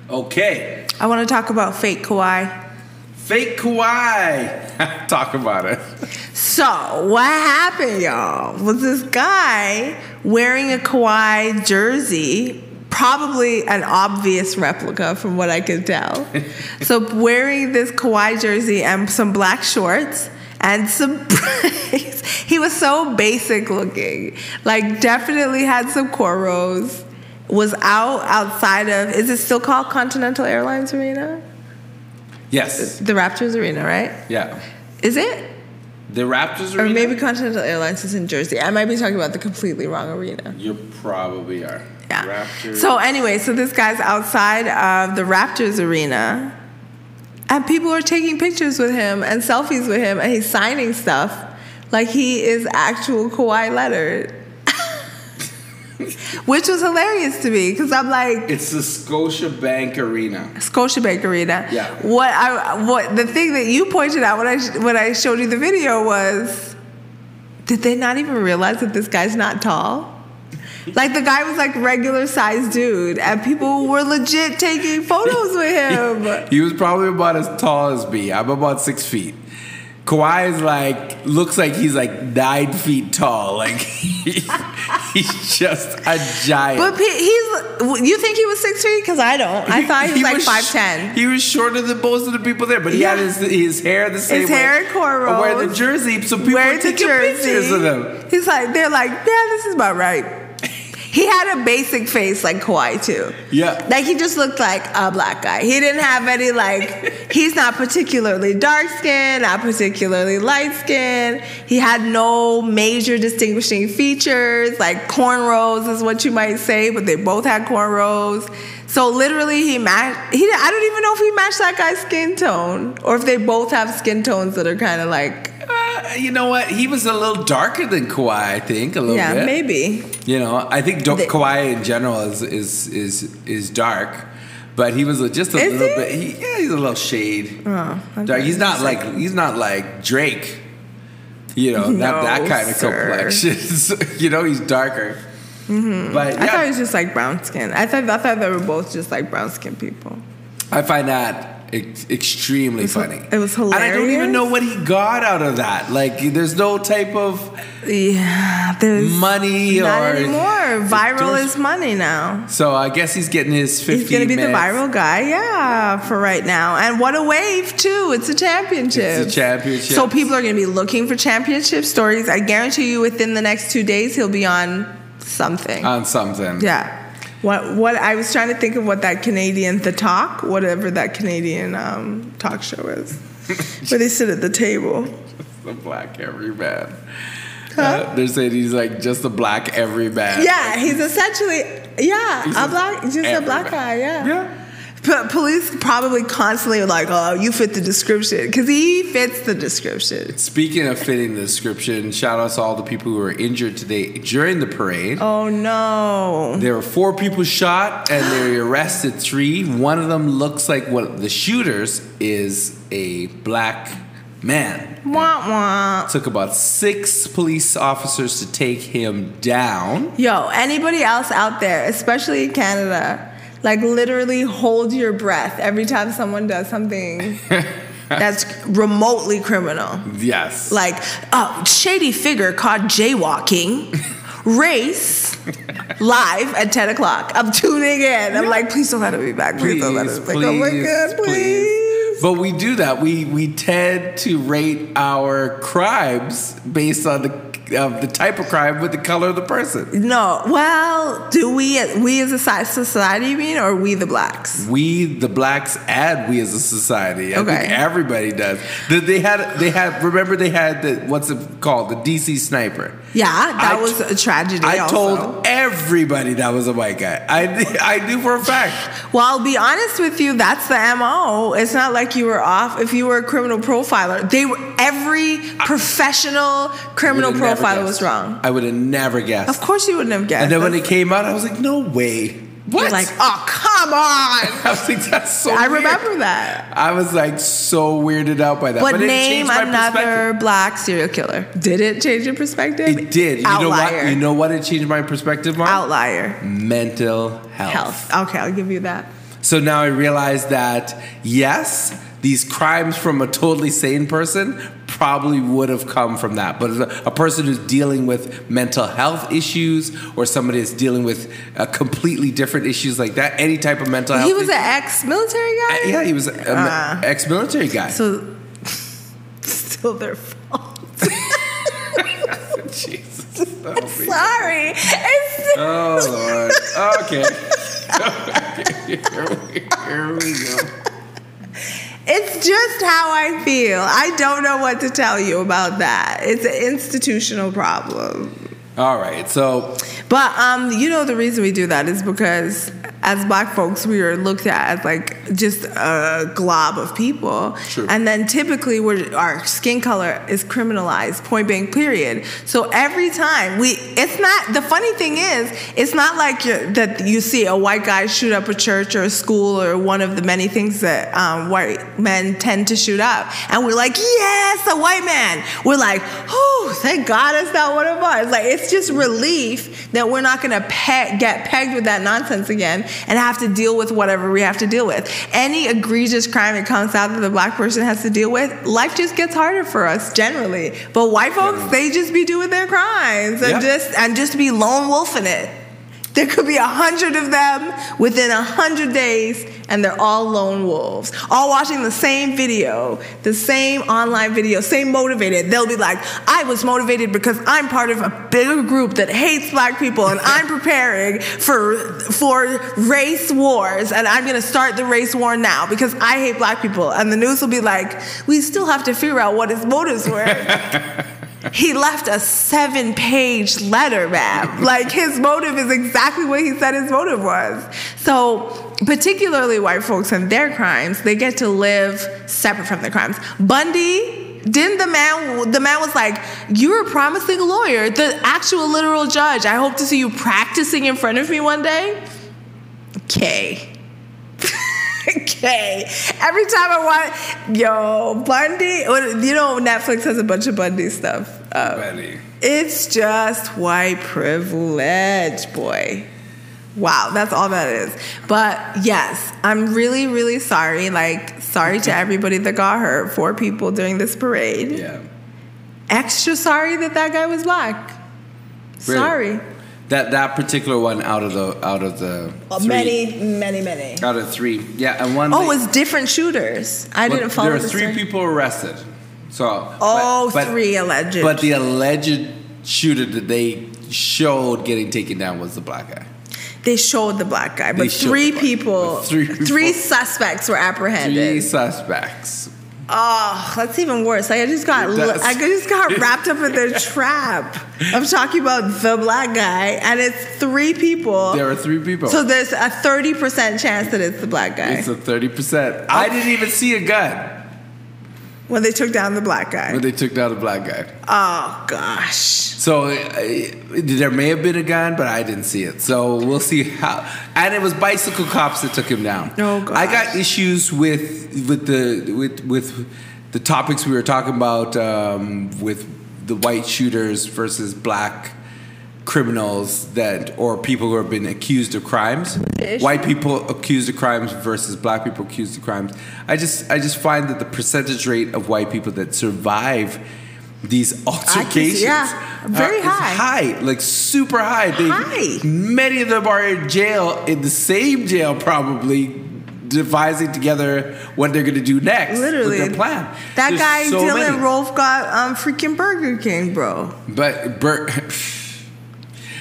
S2: Okay,
S1: I want to talk about fake Kawhi.
S2: fake Kawhi. (laughs) Talk about it.
S1: So, what happened, y'all, was this guy wearing a Kawhi jersey, probably an obvious replica from what I could tell. so, wearing this Kawhi jersey and some black shorts and some (laughs) braids. he was so basic looking, like, definitely had some cornrows. Was out outside of, is it still called Continental Airlines Arena?
S2: Yes.
S1: The Raptors Arena, right?
S2: Yeah.
S1: Is it?
S2: The Raptors
S1: Or
S2: arena.
S1: maybe Continental Airlines is in Jersey. I might be talking about the completely wrong arena.
S2: you probably are.
S1: Yeah.
S2: Raptors.
S1: So anyway, so this guy's outside of the Raptors arena, and people are taking pictures with him and selfies with him, and he's signing stuff like he is actual Kawhi Leonard, (laughs) which was hilarious to me because I'm like.
S2: it's the Scotiabank Arena.
S1: Scotiabank Arena.
S2: Yeah.
S1: What I what the thing that you pointed out when I when I showed you the video was, did they not even realize that this guy's not tall? Like the guy was like regular sized dude, and people were legit taking photos (laughs) with him.
S2: He was probably about as tall as me. I'm about six feet. Kawhi is like looks like he's like nine feet tall. Like (laughs) he's just a giant.
S1: But pe- he's you think he was six feet? Because I don't. I thought (laughs) he was like
S2: sh-
S1: five ten.
S2: He was shorter than most of the people there, but he had
S1: Yeah.
S2: his, his hair the same.
S1: His
S2: way.
S1: hair in cornrows.
S2: Wear the jersey, so people
S1: Wear
S2: were
S1: the
S2: taking pictures of them.
S1: He's like they're like yeah, this is about right. He had a basic face like Kawhi too.
S2: Yeah,
S1: Like he just looked like a black guy. He didn't have any like he's not particularly dark skinned, not particularly light skinned. He had no major distinguishing features, like cornrows is what you might say, but they both had cornrows. So literally he matched he I don't even know if he matched that guy's skin tone or if they both have skin tones that are kind of like
S2: Uh, you know what? He was a little darker than Kawhi. I think a little
S1: yeah,
S2: bit.
S1: maybe.
S2: You know, I think do-
S1: They-
S2: Kawhi in general is is is is dark, but he was just a
S1: Is
S2: little
S1: he?
S2: bit. He, yeah, he's a little shade.
S1: Oh, okay.
S2: dark. He's not like he's not like Drake. You know, not
S1: No,
S2: that kind of
S1: sir.
S2: complexion. (laughs) So, you know, he's darker. But yeah,
S1: Mm-hmm. I thought it was just like brown skin. I thought I thought they were both just like brown skin people.
S2: I find that ex- extremely
S1: was-
S2: funny.
S1: it was
S2: And I don't even
S1: hilarious.
S2: know what he got out of that. Like, there's no type of
S1: Yeah, there's
S2: money
S1: not
S2: or
S1: anymore. Viral
S2: there's-
S1: is money now.
S2: So I guess he's getting his 50
S1: He's gonna be
S2: minutes.
S1: the viral guy, yeah, for right now. And what a wave too! It's a championship.
S2: It's a championship.
S1: So people are gonna be looking for championship stories. I guarantee you, within the next two days, he'll be on something.
S2: on something.
S1: yeah. What? What? I was trying to think of what that Canadian, the talk, whatever that Canadian um, talk show is, (laughs) where they sit at the table.
S2: The black everyman.
S1: Huh?
S2: Uh, they're saying he's like just a black everyman.
S1: Yeah, he's essentially yeah
S2: He's
S1: a
S2: a-
S1: black, just a
S2: everywhere.
S1: black guy. Yeah.
S2: Yeah.
S1: P- police probably constantly are like, oh, you fit the description because he fits the description.
S2: Speaking of fitting the description, shout out to all the people who were injured today during the parade.
S1: Oh no!
S2: There were four people shot and
S1: (gasps)
S2: they arrested three. One of them looks like what the shooters is a black man.
S1: Wah wah.
S2: Took about six police officers to take him down.
S1: Yo, anybody else out there, especially in Canada, like literally hold your breath every time someone does
S2: (laughs)
S1: something
S4: That's remotely criminal.
S2: Yes.
S4: Like,
S1: oh,
S4: uh, shady figure caught jaywalking, race, live at 10 o'clock.
S1: I'm tuning in. I'm like, please don't let it be back. Please, don't let
S2: Please,
S1: it be back. oh my God, please.
S2: But we do that. We we tend to rate our crimes based on the of the type of crime with the color of the person.
S1: No. Well, do we we as a soci- society you mean or we the blacks?
S2: We the blacks and we as a society. I
S1: Okay.
S2: think everybody does. The- They had they had remember they had the what's it called the DC sniper.
S1: Yeah, that
S2: I-
S1: was a tragedy.
S2: I
S1: also.
S2: told everybody that was a white guy. I I knew for a fact.
S1: Well, I'll be honest with you, that's the MO. It's not like you were off if you were a criminal profiler. They were every professional (laughs) criminal
S2: Would've
S1: profiler
S2: never guessed.
S1: was wrong.
S2: I would have never guessed.
S1: Of course you wouldn't have guessed.
S2: And then when
S1: That's-
S2: it came out, I was like, no way. What?
S1: you're like, oh come (laughs) on.
S2: I was like, that's so
S1: I
S2: weird.
S1: remember that.
S2: I was like so weirded out by that.
S1: But,
S2: it
S1: name
S2: changed my perspective.
S1: another black serial killer. Did it change your perspective?
S2: It did. You know
S1: Outlier.
S2: what? You know what it changed my perspective on?
S1: Outlier.
S2: Mental health.
S1: Health. Okay, I'll give you that.
S2: So now I realize that yes, these crimes from a totally sane person probably would have come from that. But a person who's dealing with mental health issues or somebody that's dealing with uh, completely different issues like that, any type of mental health
S1: He was an ex-military guy.
S2: yeah, he was an
S1: Ah.
S2: ex-military guy.
S1: So (laughs) still their
S2: (laughs)
S1: fault.
S2: Jesus. help me.
S1: Sorry. It's still
S2: Oh Lord. Okay. (laughs) Here we, here we go.
S1: It's just how I feel. I don't know what to tell you about that. It's an institutional problem.
S2: All right. So
S1: But um, you know the reason we do that is because as black folks we are looked at as like just a glob of people.
S2: True.
S1: And then typically we're, our skin color is criminalized, point blank period. So every time we it's not the funny thing is, it's not like you're, that you see a white guy shoot up a church or a school or one of the many things that um, white men tend to shoot up. And we're like, yes, a white man. We're like, oh, thank God it's not one of us. Like, it's just relief that we're not gonna pe- get pegged with that nonsense again and have to deal with whatever we have to deal with. Any egregious crime that comes out that the black person has to deal with, life just gets harder for us generally. But white folks, they just be doing their crimes and
S2: Yeah.
S1: just and just be lone wolfing it. There could be a hundred of them within a hundred days, and they're all lone wolves, all watching the same video, the same online video, same motivated. They'll be like, I was motivated because I'm part of a bigger group that hates black people, and I'm preparing for, for race wars, and I'm gonna start the race war now because I hate black people. And the news will be like, we still have to figure out what his motives were. He left a seven page letter, ma'am. Like his motive is exactly what he said his motive was. So, particularly white folks and their crimes, they get to live separate from their crimes. Bundy, didn't the man, the man was like, You're a promising lawyer, the actual literal judge. I hope to see you practicing in front of me one day. (laughs) Okay. Okay. Every time I want, yo, Bundy, or, you know, Netflix has a bunch of Bundy stuff. Uh,
S2: buddy.
S1: it's just white privilege, boy. Wow, that's all that is. But yes, I'm really, really sorry. Like, sorry to everybody that got hurt. Four people during this parade.
S2: Yeah.
S1: Extra sorry that that guy was black.
S2: Really?
S1: Sorry.
S2: That that particular one out of the out of the three-
S1: many, many.
S2: out of three. Yeah, and one.
S1: Oh,
S2: la-
S1: it was different shooters. I
S2: well,
S1: didn't follow
S2: There were
S1: the
S2: three
S1: story.
S2: people arrested. So.
S1: Oh,
S2: but- but,
S1: three alleged.
S2: But the alleged shooter that they showed getting taken down was the black guy.
S1: they showed the black guy,
S2: They
S1: but
S2: showed
S1: three
S2: the black-
S1: people,
S2: but three
S1: three
S2: people.
S1: suspects were
S2: Three
S1: apprehended.
S2: suspects.
S1: Oh, that's even worse. Like I just got
S2: That's-
S1: I just
S2: (laughs)
S1: got wrapped up in the trap of talking about the black guy, and it's three people.
S2: There are three people.
S1: so there's a thirty percent chance that it's the black guy
S2: it's a thirty percent. I didn't even see a gun
S1: when they took down the black guy.
S2: when they took down the black guy.
S1: Oh gosh.
S2: So I, there may have been a gun, but I didn't see it. So we'll see how. And it was bicycle cops that took him down.
S1: Oh, gosh.
S2: I got issues with with the with with the topics we were talking about um, with the white shooters versus black criminals that or people who have been accused of crimes.
S1: issue?
S2: White people accused of crimes versus black people accused of crimes. I just I just find that the percentage rate of white people that survive these altercations
S1: yeah, very
S2: is
S1: high.
S2: Uh, high, like super high. They,
S1: High.
S2: Many of them are in jail in the same jail, probably devising together what they're going to do next.
S1: Literally.
S2: with their plan.
S1: That
S2: There's
S1: guy
S2: so
S1: Dylan
S2: many.
S1: Rolfe got um freaking Burger King, bro.
S2: But Bert. (laughs)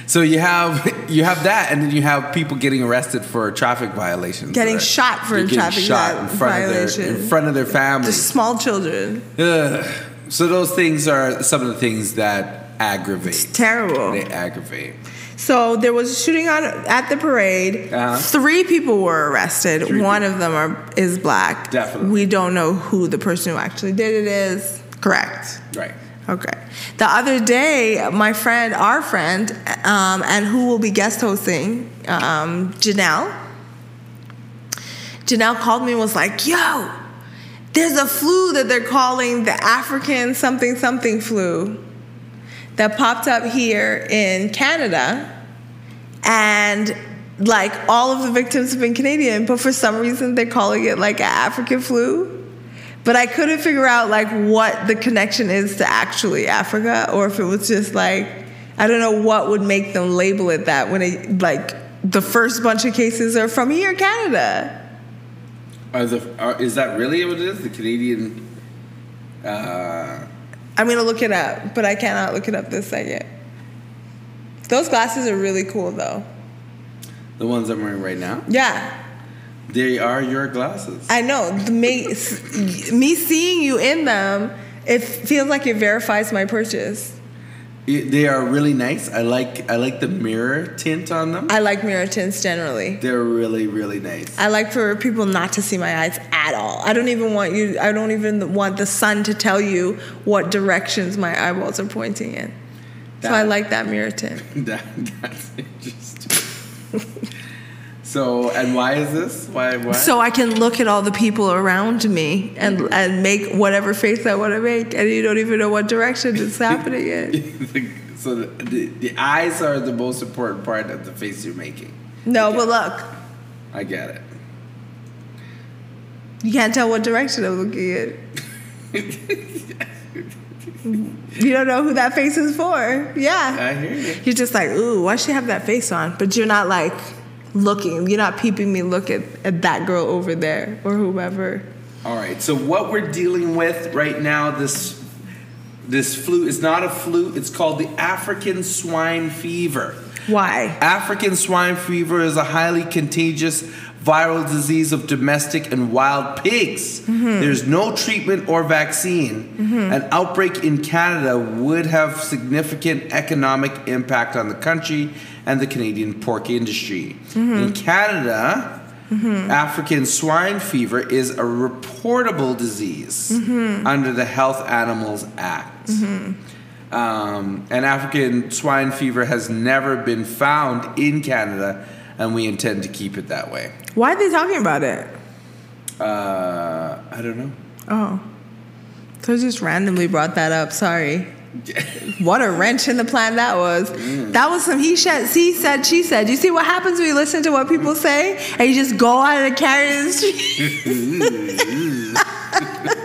S2: So you have you have that, and then you have people getting arrested for traffic violations.
S1: Getting
S2: They're-
S1: shot for
S2: they're getting
S1: traffic
S2: shot
S1: vi-
S2: in front of their in
S1: violation.
S2: front of their family.
S1: Just small children.
S2: Ugh. So those things are some of the things that aggravate.
S1: Terrible.
S2: They aggravate.
S1: So there was a shooting on at the parade.
S2: Uh-huh.
S1: Three people were arrested.
S2: Three
S1: One of them are is black.
S2: Definitely.
S1: We don't know who the person who actually did it is. Correct.
S2: Right.
S1: Okay. The other day, my friend, our friend, um, and who will be guest hosting, um, Janelle. Janelle called me and was like, "Yo, there's a flu that they're calling the African something something flu that popped up here in Canada, and." Like all of the victims have been Canadian, but for some reason they're calling it like an African flu but I couldn't figure out like what the connection is to actually Africa, or if it was just like I don't know what would make them label it that when it like the first bunch of cases are from here, Canada.
S2: Are the, are, is that really what it is? The Canadian. Uh,
S1: I'm gonna look it up, but I cannot look it up this second. Those glasses are really cool though.
S2: the ones I'm wearing right now.
S1: Yeah,
S2: They are your glasses.
S1: I know. The, me, me seeing you in them, it feels like it verifies my purchase.
S2: It- they are really nice. I like I like the mirror tint on them.
S1: I like mirror tints generally.
S2: They're really really nice. (laughs)
S1: I like for people not to see my eyes at all. I don't even want you. I don't even want the sun to tell you what directions my eyeballs are pointing in. So I
S2: That-
S1: like that mirror tint.
S2: That, that's interesting. so and why is this? Why why?
S1: So I can look at all the people around me and and make whatever face I want to make, and you don't even know what direction
S2: (laughs)
S1: it's happening in.
S2: (laughs) the, so the, the, the eyes are the most important part of the face you're making.
S1: No, but look,
S2: I get it.
S1: you can't tell what direction I'm looking
S2: (laughs)
S1: in. You don't know who that face is for. Yeah.
S2: I hear you.
S1: You're just like, ooh, why she have that face on? But you're not like looking. You're not peeping me look at, at that girl over there or whoever.
S2: All right. So what we're dealing with right now this this flu is not a flu. It's called the African swine fever.
S1: Why?
S2: African swine fever is a highly contagious viral disease of domestic and wild pigs. There's no treatment or vaccine. An outbreak in Canada would have significant economic impact on the country and the Canadian pork industry. In Canada, African swine fever is a reportable disease under the Health Animals Act. Um, and African swine fever has never been found in Canada, and we intend to keep it that way.
S1: Why are they talking about it?
S2: Uh, I don't know.
S1: Oh. So I just randomly brought that up. Sorry. What a wrench in the plan that was. That was some he said, she said, she said. You see what happens when you listen to what people say and you just go out and carry this. (laughs)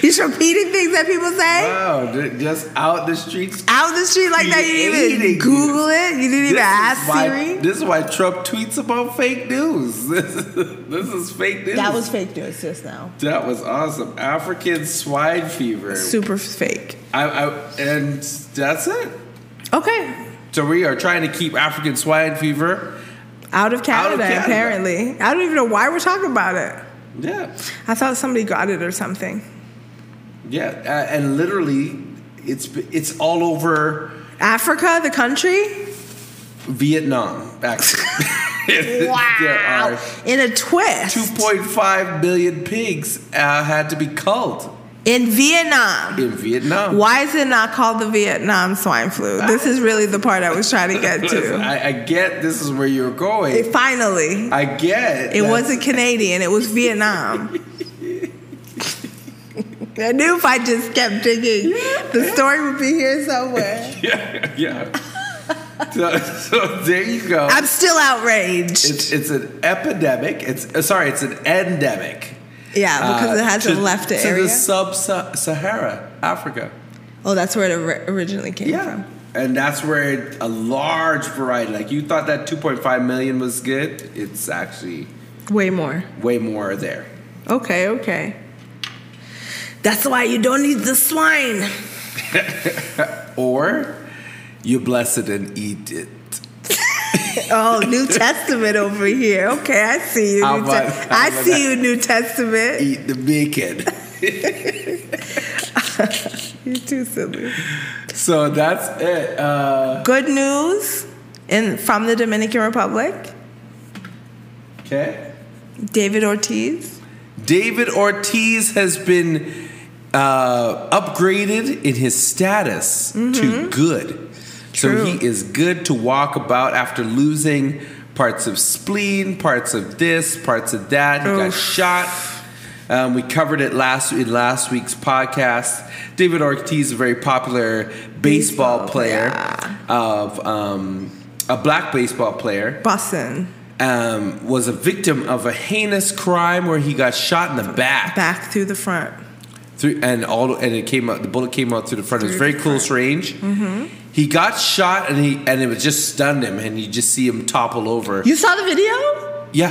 S1: You're just repeating things that people say.
S2: Wow, ju- just out the streets.
S1: out the street like that. You didn't
S2: Creating.
S1: even Google it. You didn't even ask
S2: why,
S1: Siri.
S2: this is why Trump tweets about fake news. (laughs) This is, this is fake news.
S1: That was fake news just now.
S2: that was awesome. African swine fever.
S1: Super fake.
S2: I, I, and that's it.
S1: Okay.
S2: So we are trying to keep African swine fever
S1: Out of Canada,
S2: Canada.
S1: apparently. I don't even know why we're talking about it.
S2: Yeah.
S1: I thought somebody got it or something.
S2: Yeah. Uh, and literally, it's it's all over
S1: Africa, the country?
S2: Vietnam. Actually, (laughs) there
S1: Wow.
S2: are
S1: In a twist.
S2: 2.5 million pigs uh, had to be culled
S1: in Vietnam.
S2: in Vietnam.
S1: Why is it not called the Vietnam swine flu? This is really the part I was trying to get
S2: (laughs)
S1: to.
S2: Listen, I, I get this is where you're going.
S1: It finally.
S2: I get
S1: It
S2: that-
S1: wasn't Canadian, it was Vietnam. I knew if I just kept digging, the story would be here somewhere.
S2: (laughs) Yeah, yeah. so, so there you go.
S1: I'm still outraged.
S2: It's it's an epidemic. It's uh, sorry, it's an endemic.
S1: yeah, because
S2: uh,
S1: it hasn't
S2: to-
S1: left the
S2: to
S1: area.
S2: the sub-Sahara Africa.
S1: oh, that's where it ori- originally came
S2: Yeah. And that's where it, a large variety, like you thought that 2.5 million was good, it's actually
S1: from. Way more.
S2: way more there.
S1: Okay, okay. That's why you don't eat the swine.
S2: Or you bless it and eat it.
S1: Oh,
S2: (laughs)
S1: New Testament over here. Okay, I see you.
S2: How
S1: New
S2: about-
S1: Te-
S2: how
S1: I
S2: about
S1: see
S2: that?
S1: you, New Testament.
S2: Eat the bacon. (laughs)
S1: You're too silly.
S2: so that's it. Uh,
S1: Good news in from the Dominican Republic.
S2: okay.
S1: David Ortiz.
S2: David Ortiz has been uh, upgraded in his status to good.
S1: True.
S2: So he is good to walk about after losing parts of spleen, parts of this, parts of that. He got
S1: Oof.
S2: shot. Um, we covered it last in last week's podcast. David Ortiz, a very popular baseball,
S1: Baseball,
S2: player
S1: yeah.
S2: of um, a black baseball player
S1: Boston.
S2: um, was a victim of a heinous crime where he got shot in the back,
S1: Back through the front.
S2: Through, and all and it came out. The bullet came out through the front. it was
S1: Through
S2: very
S1: the Mm-hmm.
S2: close range. He got shot and he and it was just stunned him, and you just see him topple over.
S1: You saw the video?
S2: yeah,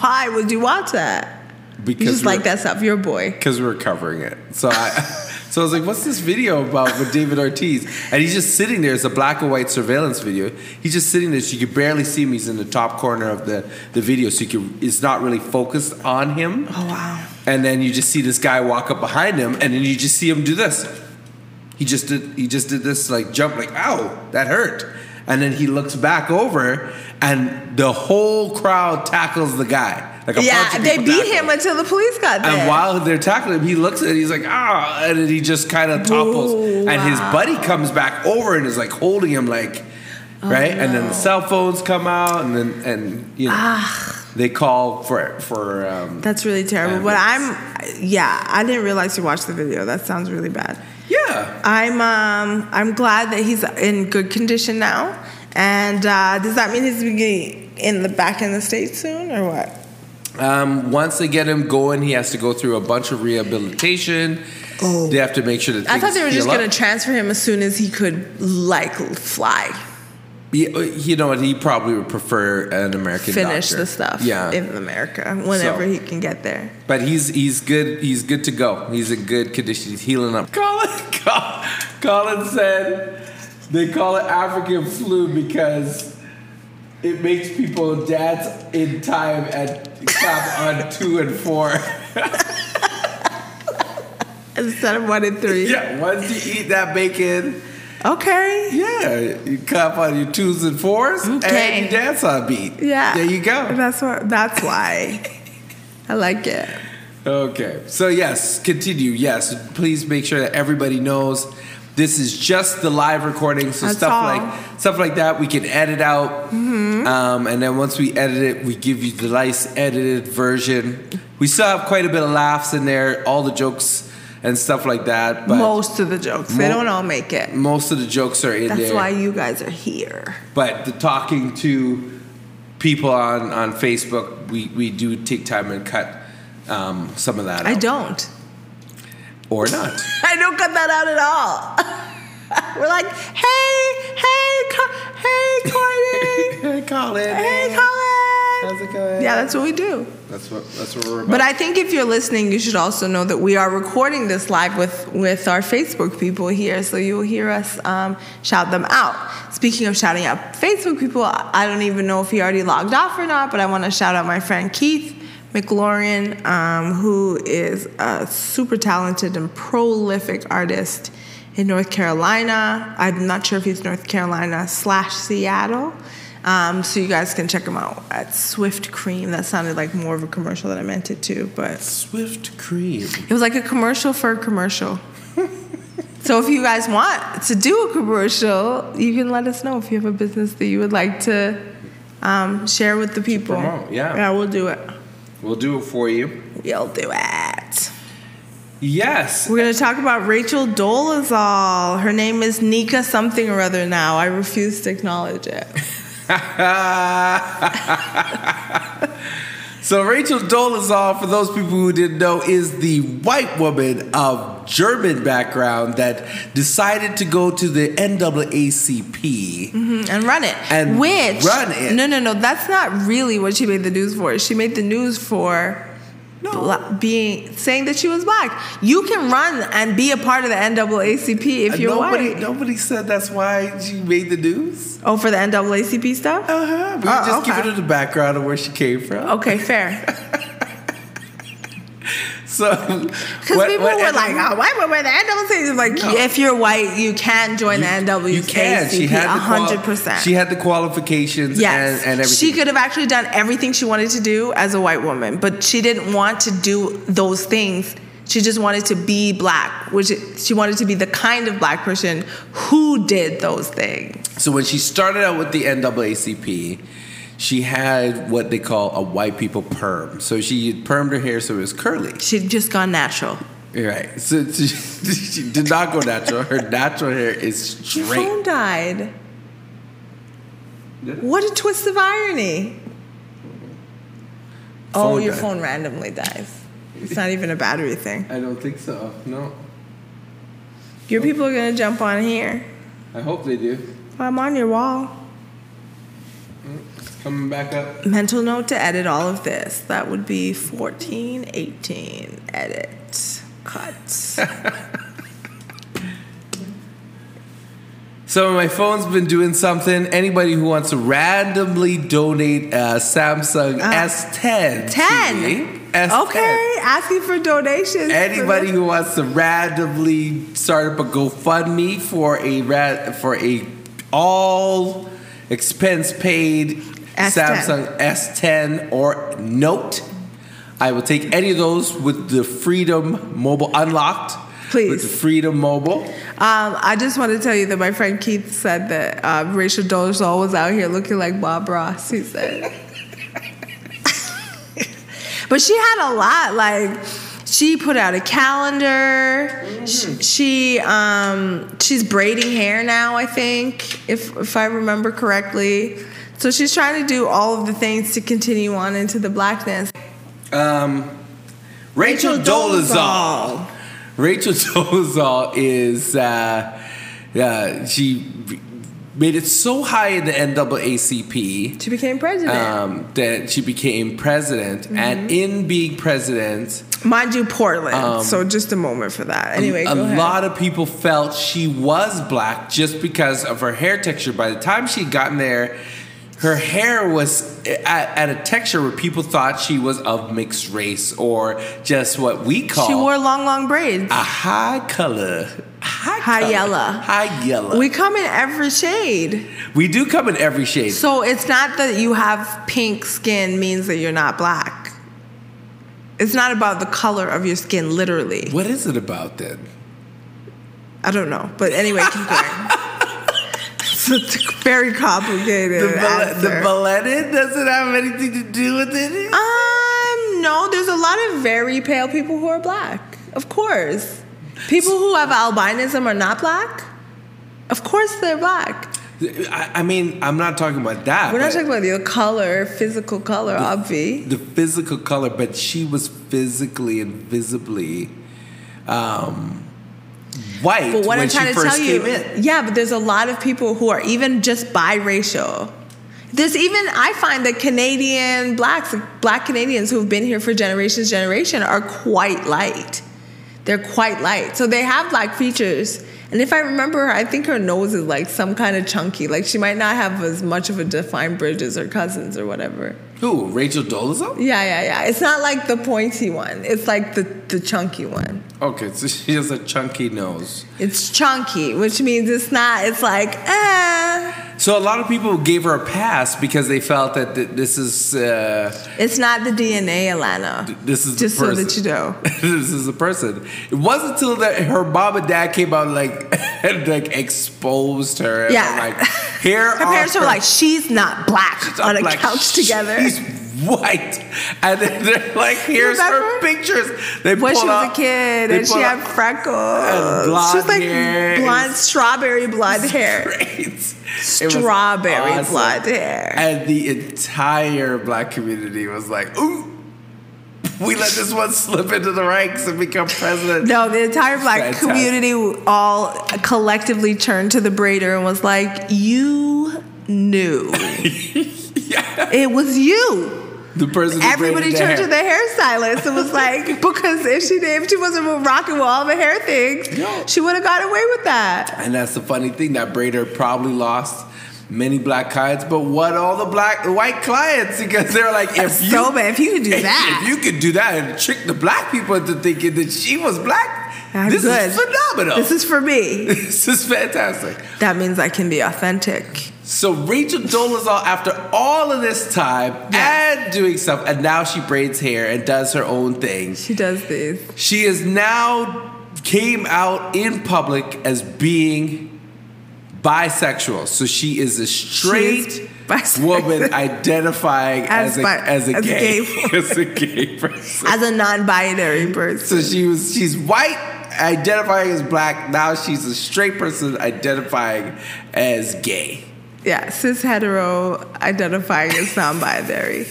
S1: Why would you watch that? You
S2: because
S1: just
S2: we
S1: like
S2: were-
S1: that stuff. You're a boy.
S2: because we were covering it. So I, (laughs) so I was like, "What's this video about with David Ortiz?" And he's just sitting there. It's a black and white surveillance video. He's just sitting there. So you could barely see him. He's in the top corner of the the video, so you can. It's not really focused on him.
S1: Oh wow.
S2: and then you just see this guy walk up behind him, and then you just see him do this. He just did. He just did this like jump, like ow, that hurt. And then he looks back over, and the whole crowd tackles the guy. Like a bunch
S1: yeah,
S2: of
S1: they
S2: people
S1: beat
S2: tackle
S1: him until the police got there.
S2: And while they're tackling him, he looks at it, he's like, ah, and then he just kind of topples.
S1: Ooh,
S2: And his
S1: wow. Oh,
S2: buddy comes back over and is like holding him, like, right? And then the cell phones come out, and then, and, you know, they call for, for, um,
S1: That's really terrible. But I'm,
S2: Ambulance.
S1: yeah, I didn't realize you watched the video. That sounds really bad.
S2: yeah.
S1: I'm, um, I'm glad that he's in good condition now. And uh, does that mean he's gonna be in the back in the state soon or what?
S2: Um, once they get him going, he has to go through a bunch of rehabilitation.
S1: Oh.
S2: They have to make sure that
S1: I thought they were just
S2: going
S1: gonna transfer him as soon as he could like fly,
S2: You know what? He probably would prefer an American
S1: finish
S2: doctor.
S1: the stuff
S2: Yeah,
S1: in America whenever
S2: So.
S1: he can get there.
S2: but he's he's good. He's good to go. He's in good condition. He's healing up. Colin, (laughs) Col- Colin said they call it African flu because it makes people dance in time and clap on two and four.
S1: Instead of one in three.
S2: (laughs) yeah, once you eat that bacon.
S1: Okay.
S2: Yeah, you clap on your twos and fours,
S1: Okay.
S2: and you dance on beat.
S1: Yeah.
S2: there you go.
S1: That's what. That's why. I like it.
S2: Okay, so yes, continue. Yes, please make sure that everybody knows this is just the live recording. So
S1: That's
S2: stuff
S1: all. Mm-hmm.
S2: like stuff like that we can edit out, um, and then once we edit it, we give you the nice edited version. We still have quite a bit of laughs in there, all the jokes and stuff like that. But
S1: Most of the jokes. they
S2: Mo-
S1: don't all make it.
S2: most of the jokes are in
S1: That's
S2: there.
S1: why you guys are here.
S2: but the talking to people on, on Facebook, we, we do take time and cut um, some of that
S1: I
S2: out.
S1: don't. (laughs)
S2: Or not.
S1: I don't cut that out at all. (laughs) We're like, hey, hey, Co- hey, Courtney,
S2: (laughs) hey, Colin.
S1: hey, Colin.
S2: How's it going?
S1: Yeah, that's what we do.
S2: That's what, that's what we're about.
S1: But I think if you're listening, you should also know that we are recording this live with, with our Facebook people here, so you'll hear us um, shout them out. Speaking of shouting out Facebook people, I I don't even know if he already logged off or not, but I want to shout out my friend Keith McLaurin, um, who is a super talented and prolific artist in North Carolina. I'm not sure if he's North Carolina slash Seattle. Um, so you guys can check him out at Swift Cream. That sounded like more of a commercial than I meant it to, but
S2: Swift cream.
S1: it was like a commercial for a commercial. (laughs) so if you guys want to do a commercial, you can let us know if you have a business that you would like to um, share with the people.
S2: promote, yeah.
S1: yeah, we'll do it.
S2: We'll do it for you.
S1: We'll do it.
S2: Yes.
S1: We're going to talk about Rachel Dolezal. Her name is Nika something or other now. I refuse to acknowledge it.
S2: (laughs) so Rachel Dolezal, for those people who didn't know, is the white woman of German background that decided to go to the NAACP.
S1: and run it.
S2: And
S1: which
S2: run it.
S1: No, no, no. That's not really what she made the news for. She made the news for bla- being saying that she was black. You can run and be a part of the NAACP if
S2: And
S1: you're
S2: nobody,
S1: white.
S2: nobody said that's why she made the news.
S1: Oh, for the NAACP stuff.
S2: Uh huh. We
S1: Oh,
S2: just
S1: okay. Oh.
S2: give it the background of where she came from.
S1: Okay,
S2: (laughs)
S1: fair.
S2: So,
S1: Because people were like, "Oh, why would wear the NAACP?" Like,
S2: No.
S1: if you're white, you can join the NAACP.
S2: You can. She had the quali-
S1: hundred percent.
S2: She had the qualifications
S1: Yes,
S2: and, and everything.
S1: she could have actually done everything she wanted to do as a white woman, but she didn't want to do those things. She just wanted to be black, which she wanted to be the kind of black person who did those things.
S2: So when she started out with the NAACP, she had what they call a white people perm. So she had permed her hair so it was curly.
S1: She'd just gone natural.
S2: You're right. So (laughs) she, she did not go natural. Her natural hair is
S1: Your phone
S2: straight.
S1: died. What a twist of irony. oh,
S2: Phone
S1: your
S2: died.
S1: phone randomly dies. It's not even a battery thing.
S2: I don't think so. No.
S1: Your people are gonna jump on here.
S2: I hope they do.
S1: I'm on your wall.
S2: It's coming back up.
S1: mental note to edit all of this that would be 14 18 edit cut
S2: So my phone's been doing something. Anybody who wants to randomly donate a Samsung
S1: Uh,
S2: S10. E
S1: 10
S2: S10.
S1: okay asking for donations
S2: Anybody who wants to randomly start up a GoFundMe for a rat for a all expense paid
S1: S10.
S2: Samsung S10 or Note, I will take any of those with the Freedom Mobile unlocked. With
S1: Please.
S2: the Freedom Mobile.
S1: um, i just want to tell you that my friend keith said that uh, rachel dolezal was out here looking like bob ross he said (laughs) but she had a lot like she put out a calendar
S2: Mm-hmm.
S1: Sh- she um she's braiding hair now i think if if i remember correctly so she's trying to do all of the things to continue on into the blackness
S2: Um, Rachel, Dolezal. Rachel Dolezal is uh, uh, she made it so high in the NAACP.
S1: she became president
S2: um, that she became president,
S1: Mm-hmm.
S2: and in being president,
S1: mind you portland
S2: um,
S1: so just a moment for that anyway
S2: a
S1: go ahead.
S2: lot of people felt she was black just because of her hair texture. By the time she got there, her hair was at, at a texture where people thought she was of mixed race or just what we call
S1: she wore long long braids
S2: a high color. High,
S1: High
S2: color,
S1: yellow.
S2: High yellow.
S1: we
S2: We,
S1: come in every shade
S2: do come in every shade.
S1: So it's not that you have pink skin means that you're not black. It's not about the color of your skin, literally.
S2: what is it about then?
S1: I don't know, but anyway, keep
S2: (laughs)
S1: going. So it's a very complicated.
S2: The, mel- the
S1: answer.
S2: melanin doesn't have anything to do with it.
S1: Uh, um, no, there's a lot of very pale people who are black, of course. People who have albinism are not black. Of course, they're black.
S2: I, I mean, I'm not talking about that.
S1: We're not
S2: but
S1: talking about the color, physical color, obvi.
S2: the physical color, but she was physically and visibly um, white
S1: But what
S2: when
S1: I'm
S2: she
S1: trying to
S2: first
S1: tell you,
S2: came in.
S1: yeah, but there's a lot of people who are even just biracial. There's even I find that Canadian blacks, black Canadians who've been here for generations, generation, are quite light. They're quite light, so they have black features. And if I remember, her, I think her nose is like some kind of chunky. Like she might not have as much of a defined bridge as her cousins or whatever.
S2: Who? Rachel Dolezal?
S1: Yeah, yeah, yeah. It's not like the pointy one. It's like the, the chunky one.
S2: Okay, so she has a chunky nose.
S1: It's chunky, which means it's not. It's like ah,
S2: So a lot of people gave her a pass because they felt that th- this is uh,
S1: it's not the DNA, Alana.
S2: this is
S1: Just
S2: the
S1: so
S2: person.
S1: that you know.
S2: (laughs) this is the person. It wasn't until that her mom and dad came out like (laughs) and like exposed her. And were
S1: Yeah.
S2: like
S1: (laughs)
S2: here
S1: Her
S2: are
S1: parents were
S2: her-
S1: like, she's not black on a
S2: like,
S1: couch together.
S2: She's white, and then they're like, here's her
S1: Remember?
S2: pictures. They
S1: When
S2: pull
S1: she was
S2: up-
S1: a kid
S2: they
S1: and she
S2: pull
S1: had (laughs)
S2: up-
S1: freckles.
S2: and blonde
S1: she was like
S2: hair.
S1: blonde, strawberry
S2: (laughs)
S1: blonde hair.
S2: braids. It was
S1: Strawberry
S2: awesome.
S1: blonde hair.
S2: And the entire black community was like, ooh, we let this one (laughs) slip into the ranks and become
S1: (laughs)
S2: president.
S1: No, the entire black
S2: Fantastic.
S1: community all collectively turned to the braider and was like, "You knew
S2: Yeah.
S1: it was you."
S2: The person who
S1: Everybody
S2: braided
S1: turned to the
S2: hair.
S1: hairstylist and was like,
S2: (laughs)
S1: "Because if she did, if she wasn't rocking with all the hair things,
S2: No.
S1: she would have got away with that."
S2: And that's the funny thing. That braider probably lost many black clients, but what all the black white clients? Because they're like, if you
S1: so bad if you could do
S2: If-
S1: that.
S2: If you could do that and trick the black people into thinking that she was black,
S1: I'm
S2: this
S1: good.
S2: is phenomenal.
S1: this is for me.
S2: (laughs) This is fantastic.
S1: That means I can be authentic.
S2: So Rachel Dolezal, after all of this time and doing stuff, and now she braids hair and does her own thing.
S1: She does these.
S2: She is now came out in public as being bisexual. So she is a straight
S1: bisexual.
S2: woman identifying as,
S1: As
S2: a,
S1: bi-
S2: as a
S1: as a
S2: gay,
S1: gay
S2: (laughs) as a gay person.
S1: As a non-binary person,
S2: So she was she's white, identifying as black. Now she's a straight person identifying as gay.
S1: yeah, cis hetero identifying as non-binary.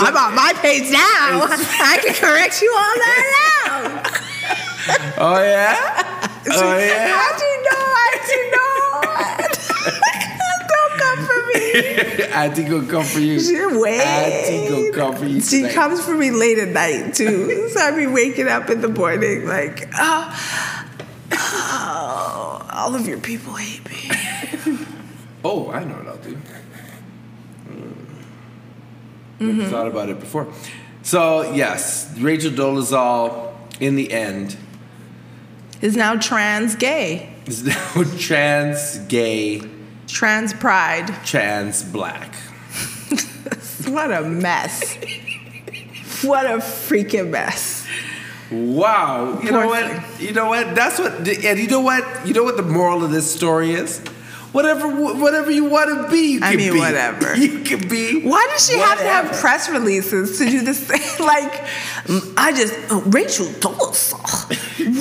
S1: I'm on my page now. I can correct you all night long.
S2: Oh yeah?
S1: (laughs)
S2: oh yeah?
S1: How'd you know? How'd you know? (laughs) Don't come for me.
S2: Auntie gonna come for you.
S1: You're way.
S2: Auntie gonna come for you.
S1: She
S2: tonight.
S1: comes for me late at night too. so I be waking up in the morning like, oh, oh, all of your people hate me.
S2: Oh, I know what I'll do. Mm.
S1: Mm-hmm.
S2: Never thought about it before. So yes, Rachel Dolezal in the end
S1: Is now trans gay,
S2: is now (laughs) trans gay,
S1: trans pride.
S2: trans black.
S1: What a mess. what a freaking mess.
S2: Wow. You know
S1: Poor
S2: what? You know what? That's what. And you know what? You know what the moral of this story is? Whatever, whatever you want to be, you
S1: I
S2: can
S1: mean,
S2: be.
S1: whatever.
S2: (laughs) You can be.
S1: Why does she have to have
S2: whatever.
S1: press releases to do this thing? (laughs) like, mm, I just, oh, Rachel Dolezal.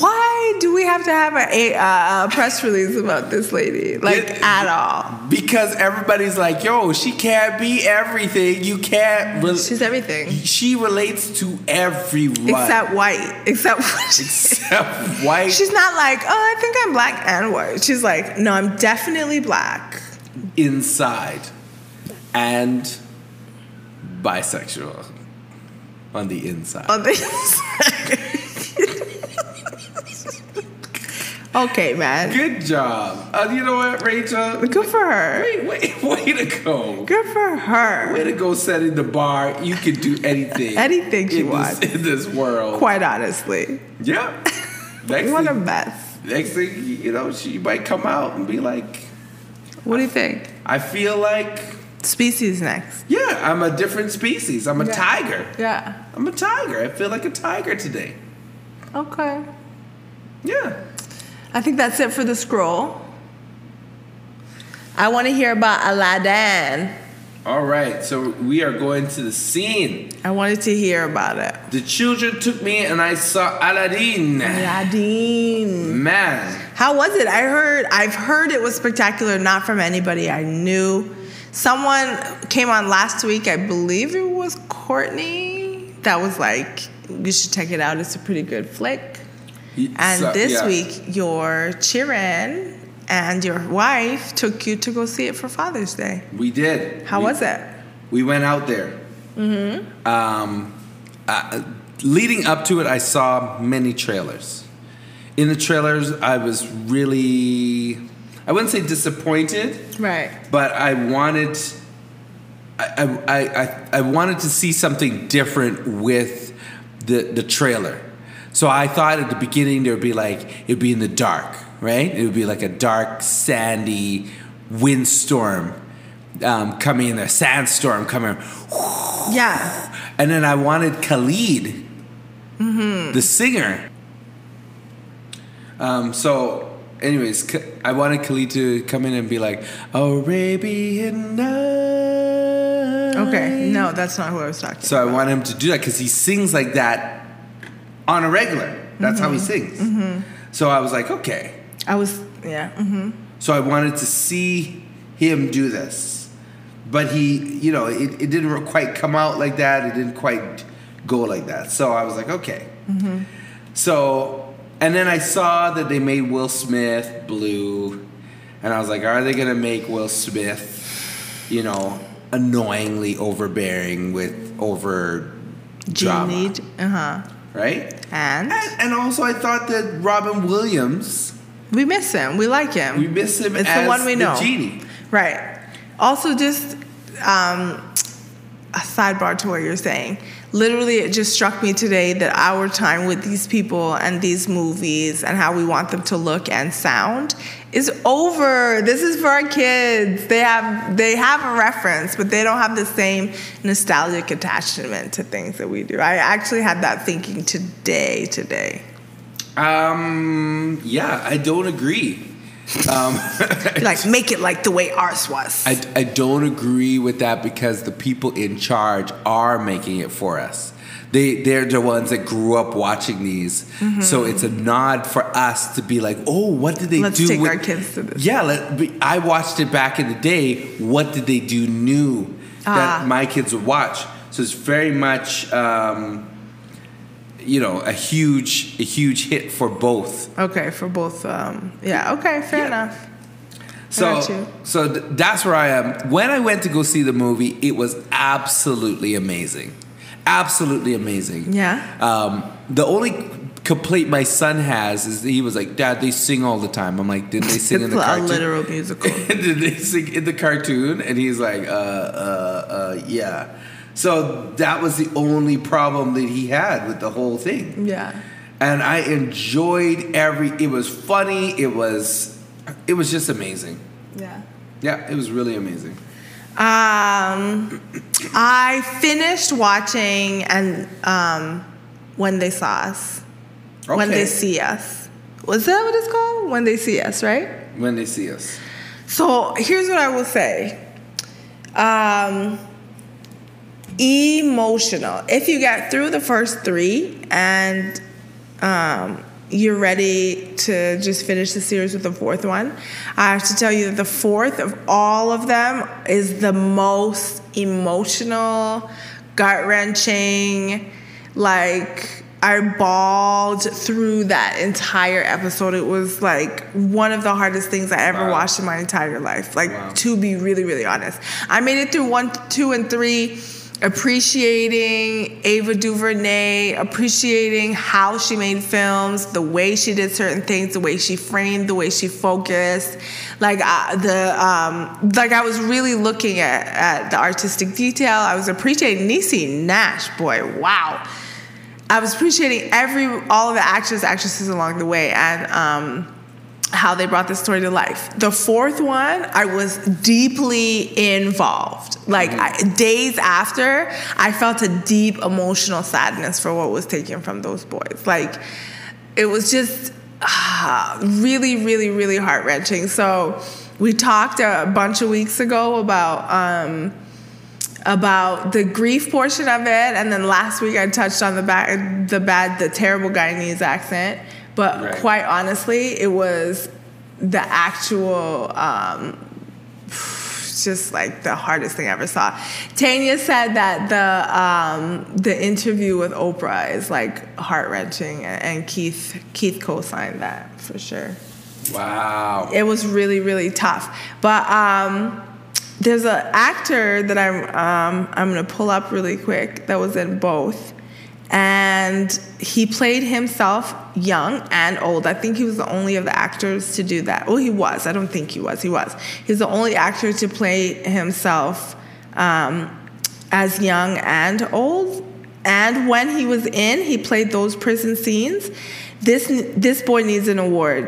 S1: Why do we have to have a, a, uh, a press release about this lady? Like,
S2: Yeah.
S1: at all.
S2: Because everybody's like, yo, she can't be everything. You can't. Re-
S1: She's everything.
S2: she relates to everyone
S1: Except white. Except (laughs)
S2: (laughs) Except white.
S1: She's not like, oh, I think I'm black and white. She's like, no, I'm definitely black. (laughs)
S2: inside and bisexual on the inside.
S1: On the (laughs) okay, man.
S2: Good job. Uh, you know what, Rachel?
S1: Good for her.
S2: Wait, wait, (laughs) way to go.
S1: Good for her.
S2: Way to go setting the bar. You can do anything.
S1: Anything she
S2: in this-
S1: wants.
S2: in this world.
S1: Quite honestly. (laughs)
S2: Yep. Next
S1: What a
S2: thing,
S1: mess.
S2: next thing, you know, she might come out and be like,
S1: What do you think?
S2: I feel like,
S1: Species next.
S2: yeah, I'm a different species. I'm a
S1: Yeah.
S2: tiger.
S1: Yeah.
S2: I'm a tiger. I feel like a tiger today.
S1: Okay.
S2: Yeah.
S1: I think that's it for the scroll. I want to hear about Aladdin.
S2: All right. So we are going to the scene.
S1: I wanted to hear about it.
S2: The children took me and I saw Aladdin.
S1: Aladdin.
S2: Man.
S1: How was it? I heard I've heard it was spectacular, not from anybody I knew. Someone came on last week, I believe it was Courtney, that was like, you should check it out. It's a pretty good flick. And
S2: So-
S1: this
S2: yeah.
S1: week your Chiran and your wife took you to go see it for Father's Day.
S2: We did.
S1: How
S2: We-
S1: was it? Mm-hmm.
S2: We went out there. Um, uh, leading up to it, I saw many trailers. In the trailers, I was really I wouldn't say disappointed,
S1: Right.
S2: but I wanted I, I, I, I wanted to see something different with the the trailer. So I thought at the beginning there would be like it'd be in the dark, right? It would be like a dark, sandy windstorm um, coming in there, sandstorm coming.
S1: Yeah.
S2: And then I wanted Khalid,
S1: Mm-hmm.
S2: the singer. Um, so, anyways, K- I wanted Khalid to come in and be like, Arabian Night.
S1: Okay. No, that's not who I was talking.
S2: So I want him to do that because he sings like that on a regular. That's
S1: Mm-hmm.
S2: how he sings. So I was like, okay.
S1: I was. Yeah. hmm
S2: So I wanted to see him do this. But he, you know, it, it didn't quite come out like that. It didn't quite go like that. So I was like, okay.
S1: Mm-hmm.
S2: So, and then I saw that they made Will Smith blue. And I was like, are they going to make Will Smith, you know, annoyingly overbearing with over drama?
S1: Genied. Uh huh.
S2: Right?
S1: And
S2: And, and also, I thought that Robin Williams,
S1: we miss him. We like him.
S2: we miss him
S1: It's the
S2: as
S1: one we know.
S2: genie.
S1: Right. Also, just um, a sidebar to what you're saying. Literally, it just struck me today that our time with these people and these movies and how we want them to look and sound is over. This is for our kids. They have they have a reference, but they don't have the same nostalgic attachment to things that we do. I actually had that thinking today. Today,
S2: Um, yeah, I don't agree. Um,
S1: like make it like the way ours was.
S2: I, I don't agree with that because the people in charge are making it for us. They, they're the ones that grew up watching these.
S1: Mm-hmm.
S2: So it's a nod for us to be like, oh, what did they
S1: Let's
S2: do?
S1: take
S2: with-"
S1: our kids to this.
S2: Yeah, let, but I watched it back in the day. What did they do new
S1: Ah.
S2: that my kids would watch? So it's very much, um, you know, a huge, a huge hit for both.
S1: Okay, for both. Um, yeah. Okay. Fair
S2: Yeah.
S1: enough.
S2: So,
S1: got you.
S2: so th- that's where I am. When I went to go see the movie, it was absolutely amazing, absolutely amazing.
S1: Yeah.
S2: Um, the only complaint my son has is that he was like, "Dad, they sing all the time." I'm like, "Did they sing in
S1: (laughs) it's
S2: the
S1: a
S2: cartoon?" (laughs)
S1: literal musical.
S2: Did they sing in the cartoon? And he's like, uh, uh, uh, yeah. So that was the only problem that he had with the whole thing
S1: yeah.
S2: and I enjoyed every. It was funny. It was, it was just amazing.
S1: Yeah.
S2: Yeah, it was really amazing.
S1: Um, I finished watching and um, when they saw us, when they see us. Was that what it's called? When they see us, right?
S2: when they see us.
S1: So here's what I will say. Um, emotional. If you get through the first three and um, you're ready to just finish the series with the fourth one, I have to tell you that the fourth of all of them is the most emotional, gut wrenching. Like, I bawled through that entire episode. It was like one of the hardest things I ever
S2: Wow.
S1: watched in my entire life. Like,
S2: Wow.
S1: to be really, really honest. I made it through one, two, and three, appreciating Ava DuVernay, appreciating how she made films, the way she did certain things, the way she framed, the way she focused. Like I, the um, like I was really looking at, at the artistic detail. I was appreciating Niecy Nash. Boy, wow. I was appreciating every all of the actors, actresses along the way, and um, how they brought this story to life. The fourth one, I was deeply involved. Like I, days after, I felt a deep emotional sadness for what was taken from those boys. Like it was just ah, really, really, really heart wrenching. So we talked a bunch of weeks ago about. Um, about the grief portion of it, and then last week I touched on the bad, the bad, the terrible Guyanese accent. But
S2: Right.
S1: quite honestly, it was the actual, um, just like the hardest thing I ever saw. Tanya said that the um, the interview with Oprah is like heart wrenching, and Keith Keith co-signed that for sure
S2: Wow.
S1: it was really really tough but um there's an actor that i'm um i'm gonna pull up really quick that was in both And he played himself young and old. I think he was the only of the actors to do that. Well, he was. I don't think he was. He was. He's the only actor to play himself um, as young and old. And when he was in, he played those prison scenes. This this boy needs an award.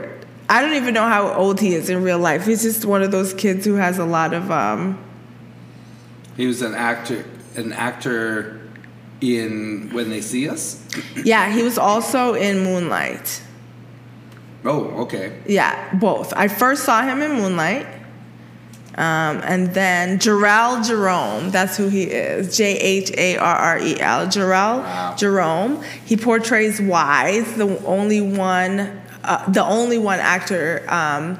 S1: I don't even know how old he is in real life. He's just one of those kids who has a lot of. Um,
S2: He was an actor, an actor in When They See Us.
S1: yeah, he was also in Moonlight.
S2: Oh, okay.
S1: Yeah, both. I first saw him in Moonlight. Um, and then Jarrell Jerome, that's who he is. J H A R R E L. Jarrell
S2: Wow.
S1: Jerome. He portrays Wise, the only one, uh, the only one actor um,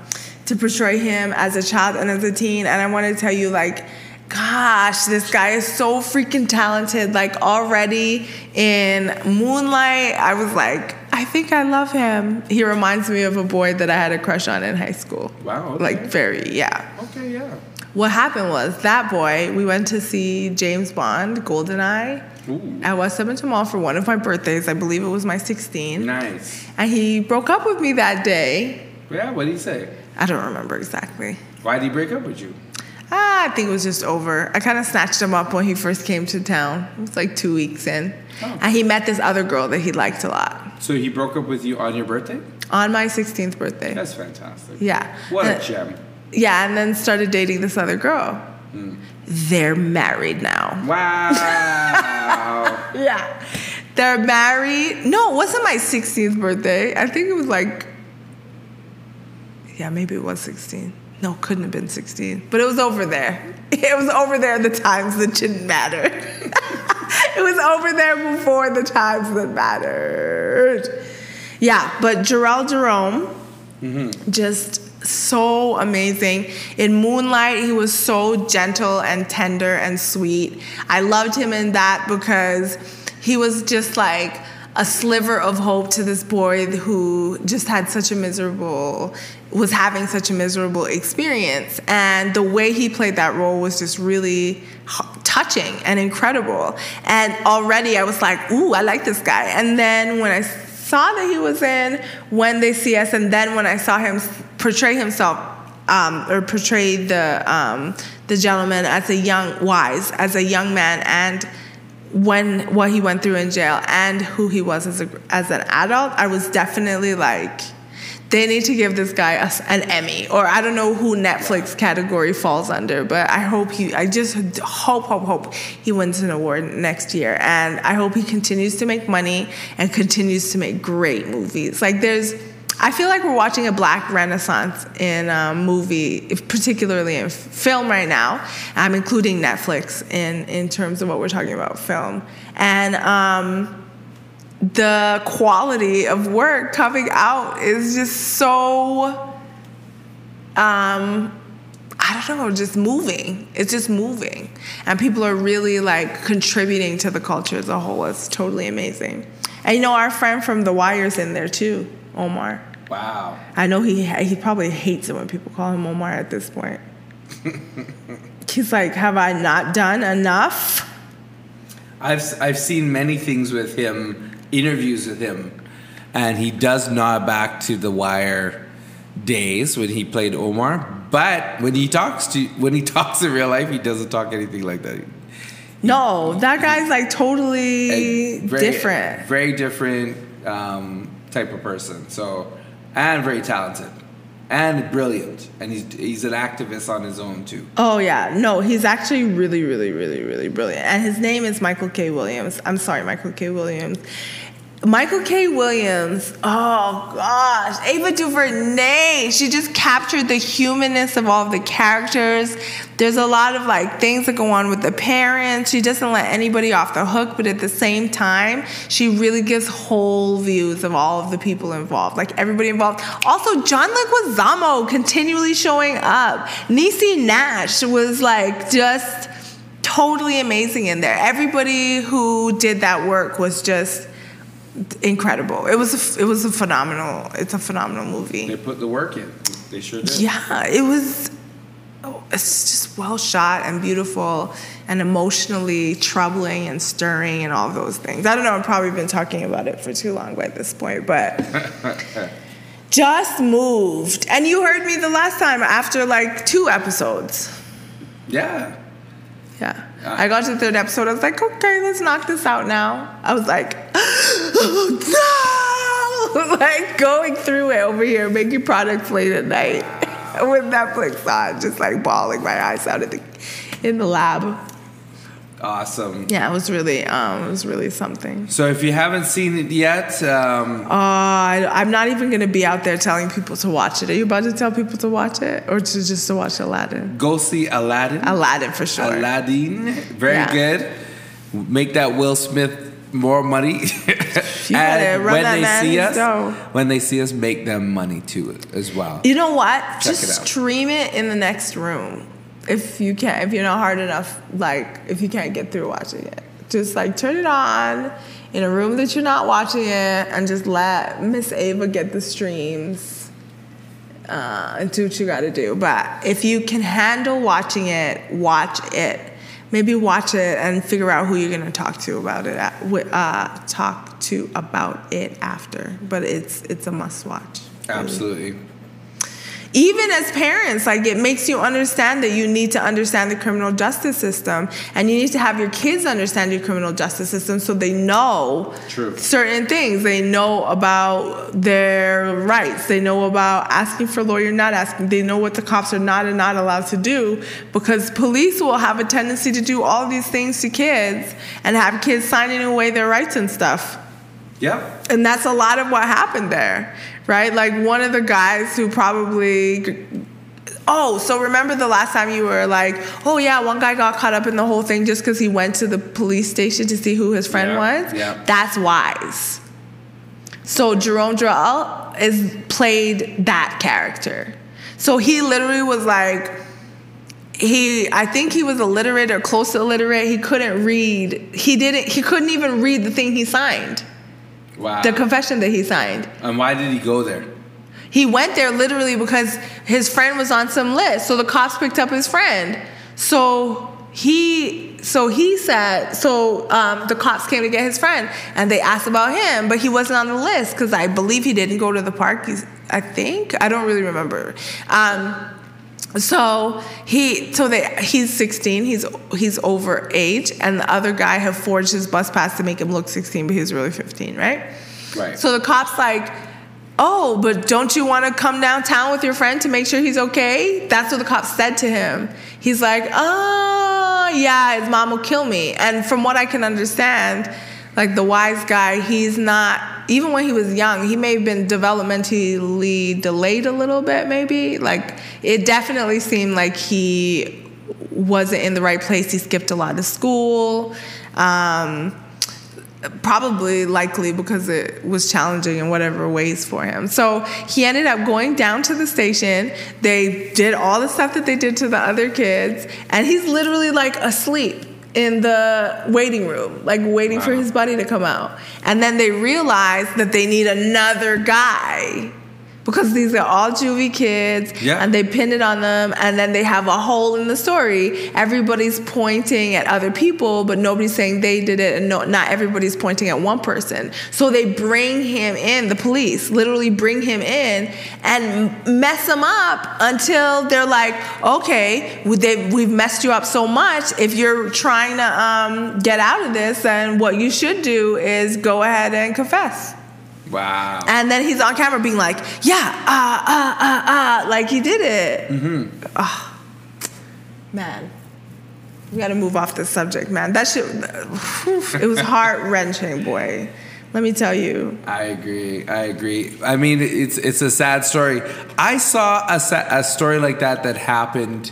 S1: to portray him as a child and as a teen. And I want to tell you, like, gosh, this guy is so freaking talented. Like already in Moonlight, I was like, I think I love him. He reminds me of a boy that I had a crush on in high school.
S2: Wow, okay.
S1: Like very, yeah.
S2: Okay, yeah.
S1: What happened was that boy, we went to see James Bond, Goldeneye,
S2: Ooh.
S1: at West Edmonton Mall for one of my birthdays. I believe it was my 16.
S2: Nice.
S1: And he broke up with me that day.
S2: Yeah. What did he say?
S1: I don't remember exactly.
S2: Why did he break up with you?
S1: Ah, I think it was just over. I kind of snatched him up when he first came to town. It was like two weeks in.
S2: Oh.
S1: And he met this other girl that he liked a lot
S2: So he broke up with you on your birthday?
S1: on my 16th birthday.
S2: That's fantastic.
S1: Yeah.
S2: What a
S1: Uh,
S2: gem.
S1: Yeah, and then started dating this other girl.
S2: Hmm.
S1: They're married now. (laughs)
S2: Wow.
S1: Yeah. They're married. No, it wasn't my 16th birthday. I think it was like, yeah, maybe it was 16. No, couldn't have been 16. But it was over there. (laughs) It was over there at the times that didn't matter. (laughs) it was over there before the times that mattered. Yeah, but Jarrell Jerome, just so amazing. In Moonlight, he was so gentle and tender and sweet. I loved him in that because he was just like a sliver of hope to this boy who just had such a miserable was having such a miserable experience and the way he played that role was just really h- touching and incredible and already i was like ooh i like this guy and then when i saw that he was in when they see us, and then when I saw him s- portray himself um, or portray the um, the gentleman as a young wise as a young man and when what he went through in jail and who he was as a, as an adult, I was definitely like. They need to give this guy a s an Emmy, or I don't know who Netflix category falls under, but I hope he, I just hope, hope, hope he wins an award next year. And I hope he continues to make money and continues to make great movies. Like, there's, I feel like we're watching a black renaissance in um, movie, if- particularly in f- film right now. I'm including Netflix in, in terms of what we're talking about film. And, um, the quality of work coming out is just so um I don't know, just moving. It's just moving. And people are really like contributing to the culture as a whole. It's totally amazing. And you know our friend from The Wire's in there too, Omar.
S2: wow.
S1: I know he he probably hates it when people call him Omar at this point. He's like, "Have I not done enough?"
S2: I've I've seen many things with him, interviews with him, and he does nod back to the Wire days when he played Omar. But when he talks to when he (laughs) talks in real life, he doesn't talk anything like that.
S1: No, that guy's like totally
S2: A very-
S1: different.
S2: very different um, type of person. So, and very talented, and brilliant, and he's he's an activist on his own too.
S1: Oh yeah, no, he's actually really, really, really, really brilliant, and his name is Michael K. Williams. I'm sorry, Michael K. Williams. Michael K. Williams. Oh gosh, Ava DuVernay. She just captured the humanness of all the characters. There's a lot of like things that go on with the parents. She doesn't let anybody off the hook, but at the same time, she really gives whole views of all of the people involved, like everybody involved. Also, John Leguizamo continually showing up. Niecy Nash was like just totally amazing in there. Everybody who did that work was just incredible. It was a, it was a phenomenal. It's a phenomenal
S2: They
S1: movie.
S2: put the work in. They sure did.
S1: Yeah, it was. Oh, it's just well shot and beautiful and emotionally troubling and stirring and all those things. I don't know, I've probably been talking about it for too long by this point, but just moved. And you heard me the last time after like two episodes.
S2: Yeah.
S1: Yeah. I got to the third episode. I was like, okay, let's knock this out now. I was like, (gasps) no! (laughs) like going through it over here, making products late at night (laughs) with Netflix on, just like bawling my eyes out at the, in the lab.
S2: Awesome.
S1: Yeah, it was really, um, it was really something.
S2: So if you haven't seen it yet, um,
S1: Uh, I, I'm not even gonna be out there telling people to watch it. Are you about to tell people to watch it, or to just to watch Aladdin?
S2: go see Aladdin.
S1: Aladdin for sure.
S2: Aladdin. Very
S1: Yeah.
S2: good. Make that Will Smith more money. (laughs)
S1: better
S2: and
S1: run
S2: when
S1: that
S2: they
S1: man
S2: see
S1: his
S2: us,
S1: dough.
S2: when they see us, make them money too as well.
S1: You know what?
S2: Check it
S1: Just
S2: out.
S1: stream it in the next room if you can. If you're not hard enough, like if you can't get through watching it, just like turn it on in a room that you're not watching it, and just let Miss Ava get the streams. Uh, and do what you gotta do. But if you can handle watching it, watch it. Maybe watch it and figure out who you're gonna talk to about it. At, wi- uh, talk to about it after. But it's it's a must watch
S2: Absolutely.
S1: even as parents like it makes you understand that you need to understand the criminal justice system and you need to have your kids understand your criminal justice system so they know
S2: True.
S1: certain things they know about their rights they know about asking for a lawyer not asking they know what the cops are not and not allowed to do because police will have a tendency to do all these things to kids and have kids signing away their rights and stuff
S2: Yep.
S1: and that's a lot of what happened there, right? Like one of the guys who probably. Oh, so remember the last time you were like, oh yeah, one guy got caught up in the whole thing just because he went to the police station to see who his friend
S2: Yeah,
S1: was?
S2: yeah.
S1: That's wise. So Jerome Durrell is played that character. So he literally was like, he I think he was illiterate or close to illiterate. He couldn't read. He didn't he couldn't even read the thing he signed
S2: Wow.
S1: the confession that he signed.
S2: and why did he go there?
S1: He went there literally because his friend was on some list, so the cops picked up his friend. So he, so he said, so um, the cops came to get his friend, and they asked about him, but he wasn't on the list because I believe he didn't go to the park. He's, I think I don't really remember. Um, so he, so they, he's 16. He's he's over age, and the other guy had forged his bus pass to make him look 16, but he was really 15, right?
S2: Right.
S1: So the cop's like, Oh, but don't you want to come downtown with your friend to make sure he's okay? That's what the cop said to him. He's like, Oh, yeah, his mom will kill me. And from what I can understand, like the wise guy, he's not, even when he was young, he may have been developmentally delayed a little bit, maybe. Like, it definitely seemed like he wasn't in the right place. He skipped a lot of school. Um, probably likely because it was challenging in whatever ways for him. So he ended up going down to the station. They did all the stuff that they did to the other kids, and he's literally like asleep in the waiting room, like waiting for
S2: Wow.
S1: his buddy to come out. And then they realize that they need another guy. Because these are all juvie kids,
S2: Yeah.
S1: and they pinned it on them, and then they have a hole in the story. Everybody's pointing at other people, but nobody's saying they did it, and no, not everybody's pointing at one person. So they bring him in, the police literally bring him in and m- mess him up until they're like, okay, we- they, we've messed you up so much. If you're trying to um, get out of this, then what you should do is go ahead and confess.
S2: wow.
S1: And then he's on camera being like, yeah, uh, uh, uh, uh, like he did it. Mm-hmm. man. We gotta move off this subject, man. That shit, it
S2: (laughs)
S1: was heart wrenching, boy. Let me tell you.
S2: I agree. I agree. I mean, it's it's a sad story. I saw a, sa- a story like that that happened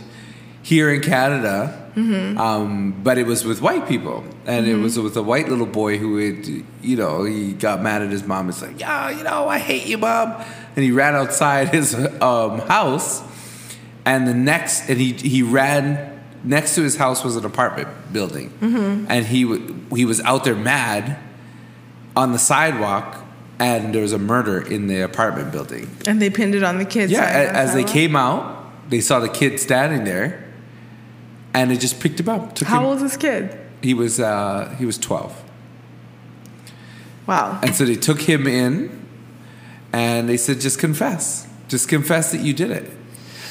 S2: here in Canada, um, but it was with white people, and it was with a white little boy who had, you know, he got mad at his mom. It's like, yeah, you know, I hate you, mom, and he ran outside (laughs) his um, house, and the next, and he he ran. Next to his house was an apartment building, and he w- he was out there mad on the sidewalk and there was a murder in the apartment building.
S1: And they pinned it on the kids.
S2: Yeah,
S1: right?
S2: a- as they
S1: That's
S2: came out, they saw the kid standing there and it just picked him up. Took
S1: How
S2: him,
S1: old is this kid?
S2: He was uh, he was twelve,
S1: Wow.
S2: and so they took him in, and they said, "Just confess, just confess that you did it."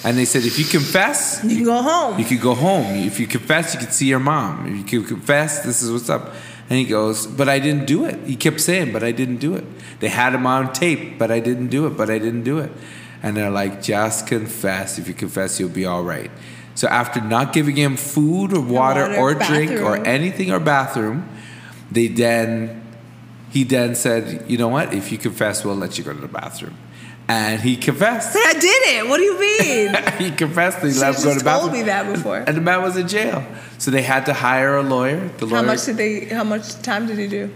S2: And they said, "If you confess,
S5: You can go home.
S2: you could go home. If you confess, you could see your mom. If you could confess, this is what's up. And he goes, but I didn't do it. He kept saying, but I didn't do it. They had him on tape, but I didn't do it, but I didn't do it. And they're like, just confess. If you confess, you'll be all right. So after not giving him food or water,
S1: Water,
S2: or drink or
S1: bathroom.
S2: anything or bathroom, they then he then said, you know what? If you confess, we'll let you go to the bathroom. And he confessed.
S1: I did it. What do you
S2: (laughs)
S1: mean?
S2: he confessed that he
S1: Should've
S2: left go to
S1: just
S2: the
S1: told
S2: bathroom.
S1: me that before.
S2: And the man was in jail. So they had to hire a lawyer. The lawyer
S1: How much did they? How much time did he do?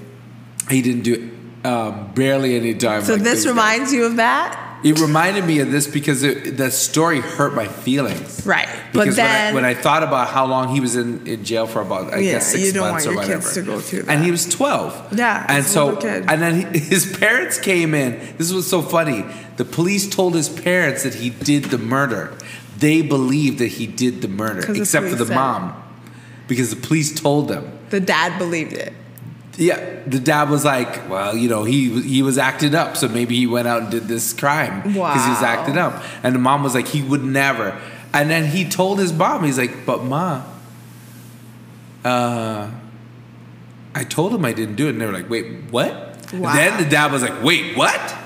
S2: he didn't do um, barely any time.
S1: So
S2: like
S1: this
S2: these
S1: reminds you of that,
S2: guys. it reminded me of this because it, the story hurt my feelings.
S1: right?
S2: Because
S1: but then
S2: when, I, when I thought about how long he was in, in jail for about I
S1: Yeah,
S2: guess six
S1: you don't
S2: months
S1: want
S2: or
S1: your
S2: whatever,
S1: kids to go through
S2: and
S1: that.
S2: he was twelve.
S1: Yeah,
S2: and
S1: he's a little
S2: so
S1: kid.
S2: and then he, (laughs) his parents came in. This was so funny. The police told his parents that he did the murder. They believed that he did the murder,
S1: 'Cause the
S2: except for
S1: police
S2: the
S1: said it.
S2: mom, because the police told them.
S1: the dad believed it.
S2: Yeah, the dad was like, well, you know, he he was acting up, so maybe he went out and did this crime because he was
S1: Wow.
S2: acting up. And the mom was like, he would never. And then he told his mom, he's like, but ma, uh, I told him I didn't do it, and they were like, wait, what?
S1: Wow.
S2: Then the dad was like, wait, what?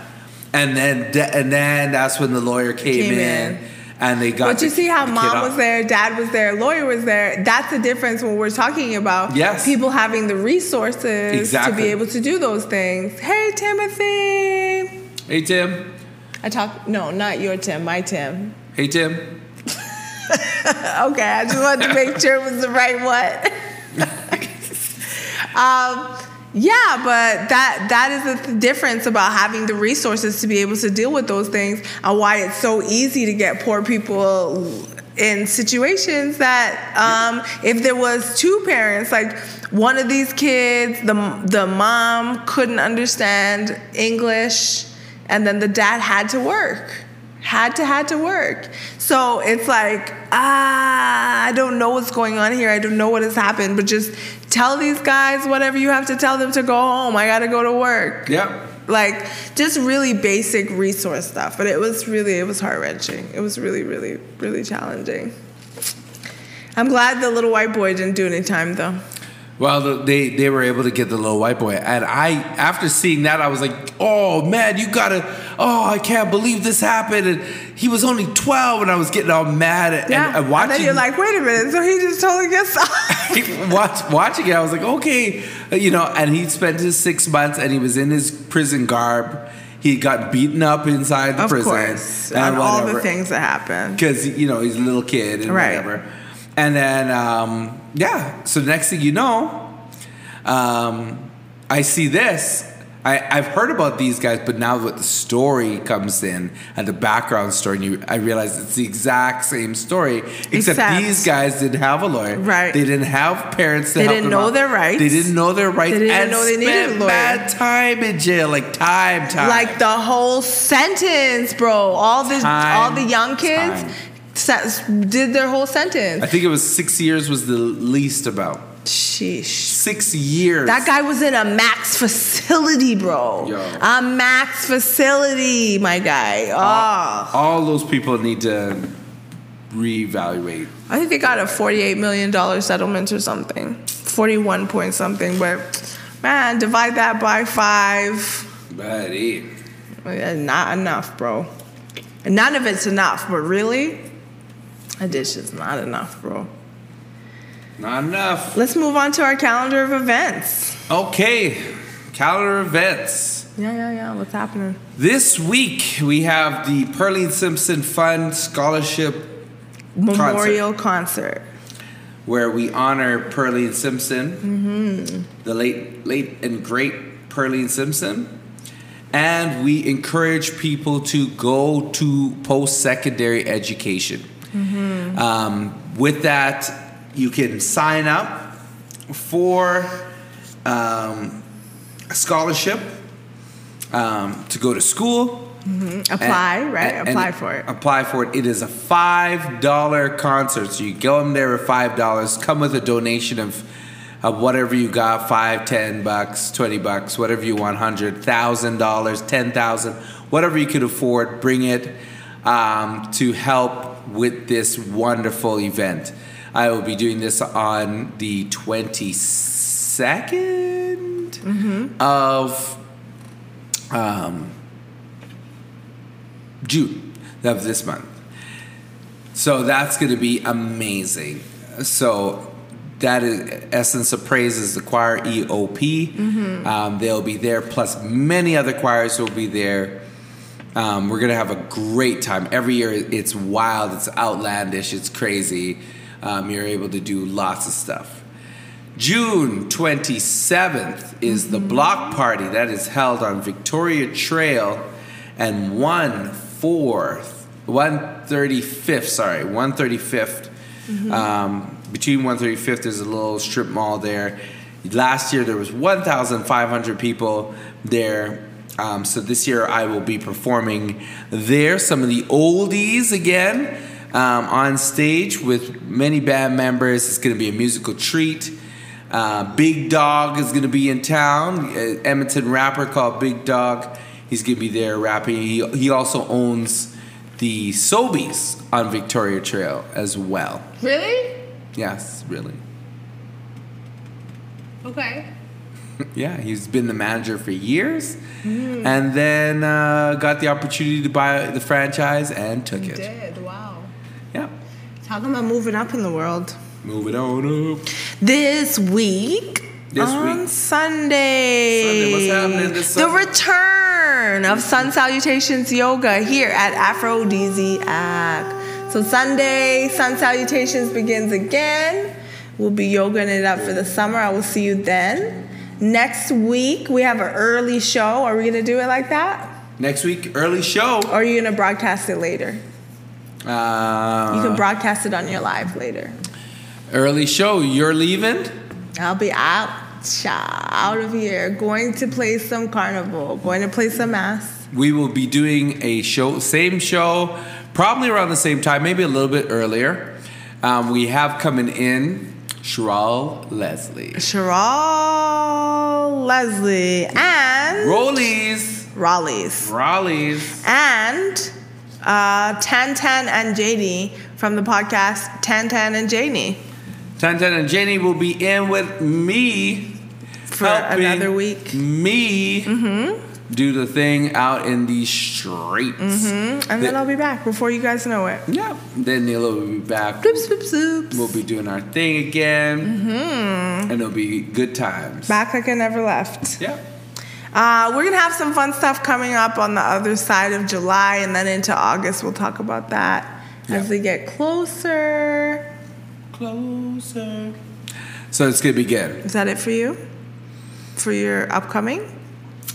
S2: And then and then that's when the lawyer came,
S1: Came
S2: in,
S1: in.
S2: and they got.
S1: But you
S2: the-
S1: see how
S2: the kid
S1: mom
S2: off.
S1: was there, dad was there, lawyer was there. That's the difference when we're talking about
S2: Yes.
S1: people having the resources to
S2: Exactly.
S1: be able to do those things. Hey, Timothy.
S2: Hey Tim,
S1: I talk. No, not your Tim. My Tim.
S2: hey Tim.
S1: Okay, I just wanted to make sure it was the right one. um, yeah, but that that is the th- difference about having the resources to be able to deal with those things, and why it's so easy to get poor people in situations that um, if there was two parents, like one of these kids, the the mom couldn't understand English, and then the dad had to work had to had to work so it's like ah i don't know what's going on here i don't know what has happened but just tell these guys whatever you have to tell them to go home i gotta go to work
S2: Yep.
S1: like just really basic resource stuff but it was really it was heart-wrenching it was really really really challenging i'm glad the little white boy didn't do any time though
S2: Well, the- they they were able to get the little white boy, and I after seeing that, I was like, "Oh man, you gotta! Oh, I can't believe this happened!" And he was only twelve, and I was getting all mad and,
S1: yeah
S2: and, watching.
S1: then you're
S2: (laughs)
S1: like wait a minute so he just totally gets (laughs) off
S2: Watch, watching it, I was like, okay, you know. And he spent his six months, and he was in his prison garb. He got beaten up inside the
S1: of
S2: prison,
S1: course and all the
S2: whatever
S1: things that happen
S2: because you know he's a little kid and
S1: Right.
S2: whatever. And then um, yeah, so the next thing you know, um, I see this. I, I've heard about these guys, but now that the story comes in and the background story, and you, I realize it's the exact same story, except,
S1: Except-
S2: these guys didn't have a lawyer.
S1: Right.
S2: They didn't have parents. To
S1: They
S2: help
S1: didn't
S2: them
S1: know
S2: out.
S1: their rights.
S2: They didn't know their rights.
S1: They didn't
S2: and
S1: know they needed
S2: spent
S1: a lawyer.
S2: Bad time in jail, like time, time.
S1: Like the whole sentence, bro. All the
S2: Time.
S1: all the young kids
S2: Time.
S1: sen- did their whole
S2: I
S1: sentence.
S2: think it was six years was the least about.
S1: Sheesh.
S2: Six years.
S1: That guy was in a max facility, bro.
S2: Yo.
S1: A max facility, my guy. Oh.
S2: all those people need to reevaluate.
S1: I think they got a forty-eight million dollar settlement or something, forty-one point something. But man, divide that by five.
S2: But eh,
S1: Yeah, Not enough, bro. None of it's enough, but really, a dish is not enough, bro.
S2: not enough.
S1: Let's move on to our calendar of events.
S2: Okay, calendar events.
S1: Yeah, yeah, yeah. What's happening?
S2: This week we have the Pearline Simpson Fund Scholarship,
S1: Memorial concert.
S2: where we honor Pearline Simpson, the late, late and great Pearline Simpson. And we encourage people to go to post secondary education. Um, with that, you can sign up for um, a scholarship um, to go to school.
S1: Apply,
S2: And-
S1: right?
S2: and-
S1: Apply
S2: and
S1: for it.
S2: Apply for it. It is a five dollar concert, so you go in there with five dollars. Come with a donation of of whatever you got five, ten bucks, twenty bucks, whatever you want, hundred, thousand dollars, ten thousand, whatever you could afford. Bring it um, to help with this wonderful event. I will be doing this on the twenty
S1: Mm-hmm.
S2: of June of this month. So that's going to be amazing. So that is Essence of Praise is the choir EOP. Um, they'll be there, plus many other choirs will be there. Um, we're going to have a great time. Every year it's wild, it's outlandish, it's crazy. Um, you're able to do lots of stuff. June 27th is the block party that is held on Victoria Trail and 1/4th, 135th, sorry, 135th. Um, between 135th, there's a little strip mall there. Last year there was 1,500 people there. Um, so this year I will be performing there. Some of the oldies again um, on stage with many band members. It's going to be a musical treat. Uh, Big Dog is going to be in town. Uh, Edmonton rapper called Big Dog. He's going to be there rapping. He, he also owns the Sobeys on Victoria Trail as well.
S1: Really?
S2: Yes, really. (laughs)
S1: Okay.
S2: Yeah, he's been the manager for years,
S1: Mm.
S2: and then uh, got the opportunity to buy the franchise and took it.
S1: Did wow.
S2: Yeah,
S1: Talking about moving up in the world.
S2: move it on up.
S1: This week.
S2: This
S1: on
S2: week.
S1: Sunday.
S2: Sunday, what's happening this
S1: The
S2: Sunday?
S1: return of Sun Salutations Yoga here at Aphrodisiac. So Sunday, Sun Salutations begins again. We'll be yogaing it up for the summer. I will see you then. Next week we have an early show. Are we gonna do it like that,
S2: Next week, early show.
S1: or are you gonna broadcast it later? You
S2: Uh,
S1: can broadcast it on your live later.
S2: early show. You're leaving.
S1: I'll be out, cha, out of here, going to play some carnival, going to play some mass.
S2: We will be doing a show, same show, probably around the same time, maybe a little bit earlier. Um, we have coming in Sheryl Leslie,
S1: Sherelle Leslie and
S2: Rollies,
S1: Raleigh's
S2: Rollies.
S1: and uh, Tan Tan and JD from the podcast Tan Tan and JD
S2: Tantan and Jenny will be in with me
S1: for
S2: helping
S1: another week. Mm-hmm.
S2: Me do the thing out in the streets.
S1: And then I'll be back before you guys know it.
S2: Yeah. Then Neil will be back.
S1: Oops, oops, oops.
S2: We'll be doing our thing again,
S1: Mm-hmm.
S2: and it'll be good times.
S1: Back like I never left.
S2: Yeah.
S1: Uh, we're gonna have some fun stuff coming up on the other side of July and then into August. We'll talk about that as
S2: Yeah.
S1: we get closer.
S2: Closer. So it's gonna be good.
S1: Is that it for you? For your upcoming?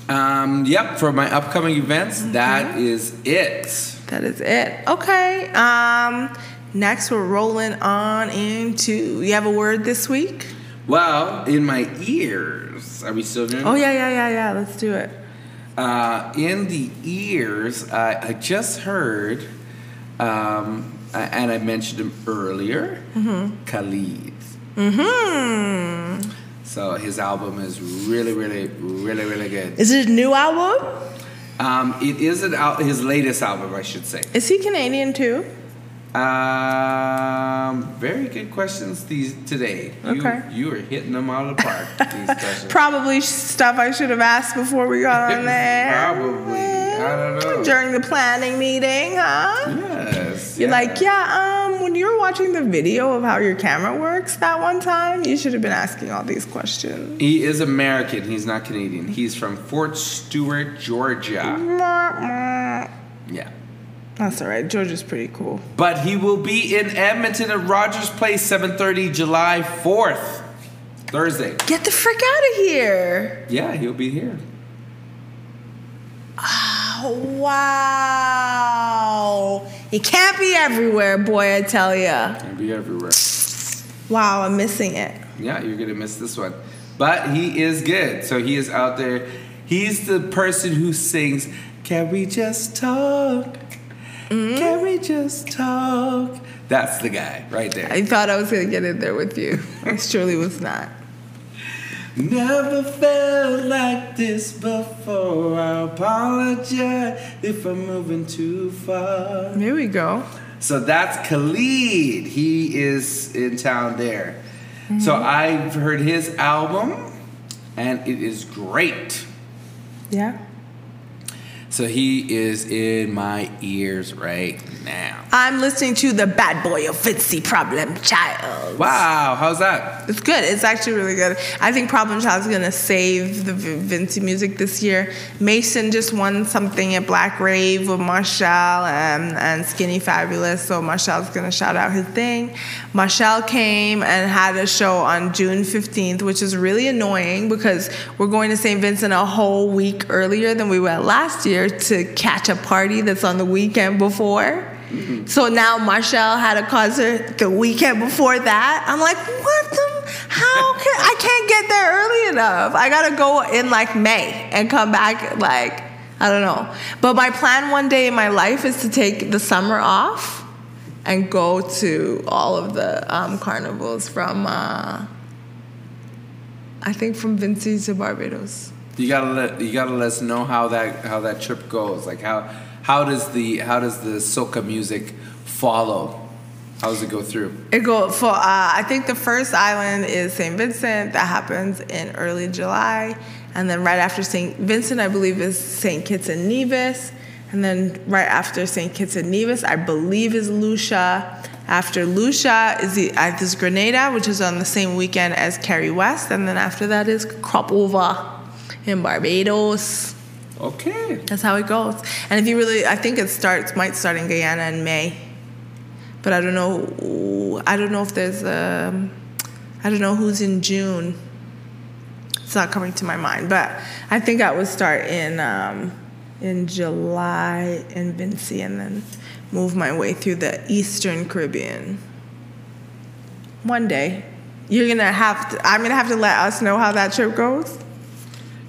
S2: Um, yep. For my upcoming events, that is it.
S1: That is it. Okay. Um, next, we're rolling on into. You have a word this week?
S2: Well, in my ears, are we still doing?
S1: Oh yeah, yeah, yeah, yeah. Let's do it.
S2: Uh, in the ears, I, I just heard, um, a- and I mentioned him earlier, Khalid.
S1: Hmm.
S2: So his album is really, really, really, really good.
S1: Is it a new album?
S2: Um, it is an al- his latest album, I should say.
S1: Is he Canadian too?
S2: Um, very good questions these today. You-
S1: Okay.
S2: you, are hitting them out of the park.
S1: (laughs)
S2: these questions.
S1: Probably stuff I should have asked before we got (laughs) on there.
S2: Probably. I don't know.
S1: During the planning meeting, huh?
S2: yes.
S1: You're
S2: yeah.
S1: like, yeah, um, when you were watching the video of how your camera works that one time, you should have been asking all these questions.
S2: He is American. He's not Canadian. He's from Fort Stewart, Georgia.
S1: That's
S2: Yeah.
S1: all right. Georgia's pretty cool.
S2: But he will be in Edmonton at Rogers Place 7:30 July 4th. Thursday.
S1: Get the frick out of here.
S2: Yeah, he'll be here.
S1: Oh, wow. You can't be everywhere, boy, I tell ya.
S2: He'll be everywhere.
S1: Wow, I'm missing it.
S2: Yeah, you're going to miss this one. But he is good. So he is out there. He's the person who sings Can we just talk? Can we just talk? That's the guy right there.
S1: I thought I was gonna get in there with you. (laughs) I surely was not.
S2: Never felt like this before. I apologize if I'm moving too far.
S1: Here we go.
S2: So that's Khalid. He is in town there. So I've heard his album, and it is great.
S1: Yeah.
S2: So he is in my ears right now.
S1: I'm listening to the bad boy of Fitzy Problem Child.
S2: Wow, how's that?
S1: It's good. It's actually really good. I think Problem Child is gonna save the V- Vinci music this year. Mason just won something at Black Rave with Marshall and, and Skinny Fabulous, so Marshall's gonna shout out his thing. Marshall came and had a show on June 15th, which is really annoying because we're going to St. Vincent a whole week earlier than we went last year to catch a party that's on the weekend before. So now Marshall had a concert the weekend before that. I'm like, what the? How can I can't get there early enough? I gotta go in like May and come back like I don't know. But my plan one day in my life is to take the summer off and go to all of the um, carnivals from uh, I think from Vinci to Barbados.
S2: You gotta let you gotta let us know how that how that trip goes. Like how how does the how does the soca music follow? How does it go through?
S1: It go for uh, I think the first island is St. Vincent that happens in early July, and then right after St. Vincent, I believe is St. Kitts and Nevis, and then right after St. Kitts and Nevis, I believe is Lucia. After Lucia is the uh, is Grenada, which is on the same weekend as Kerry West, and then after that is Cropova in Barbados.
S2: Okay.
S1: That's how it goes. And if you really, I think it starts might start in Guyana in May, but I don't know. I don't know if there's um I I don't know who's in June. It's not coming to my mind, but I think I would start in um, in July in Vinci and then move my way through the Eastern Caribbean. One day, you're gonna have to. I'm gonna have to let us know how that trip goes.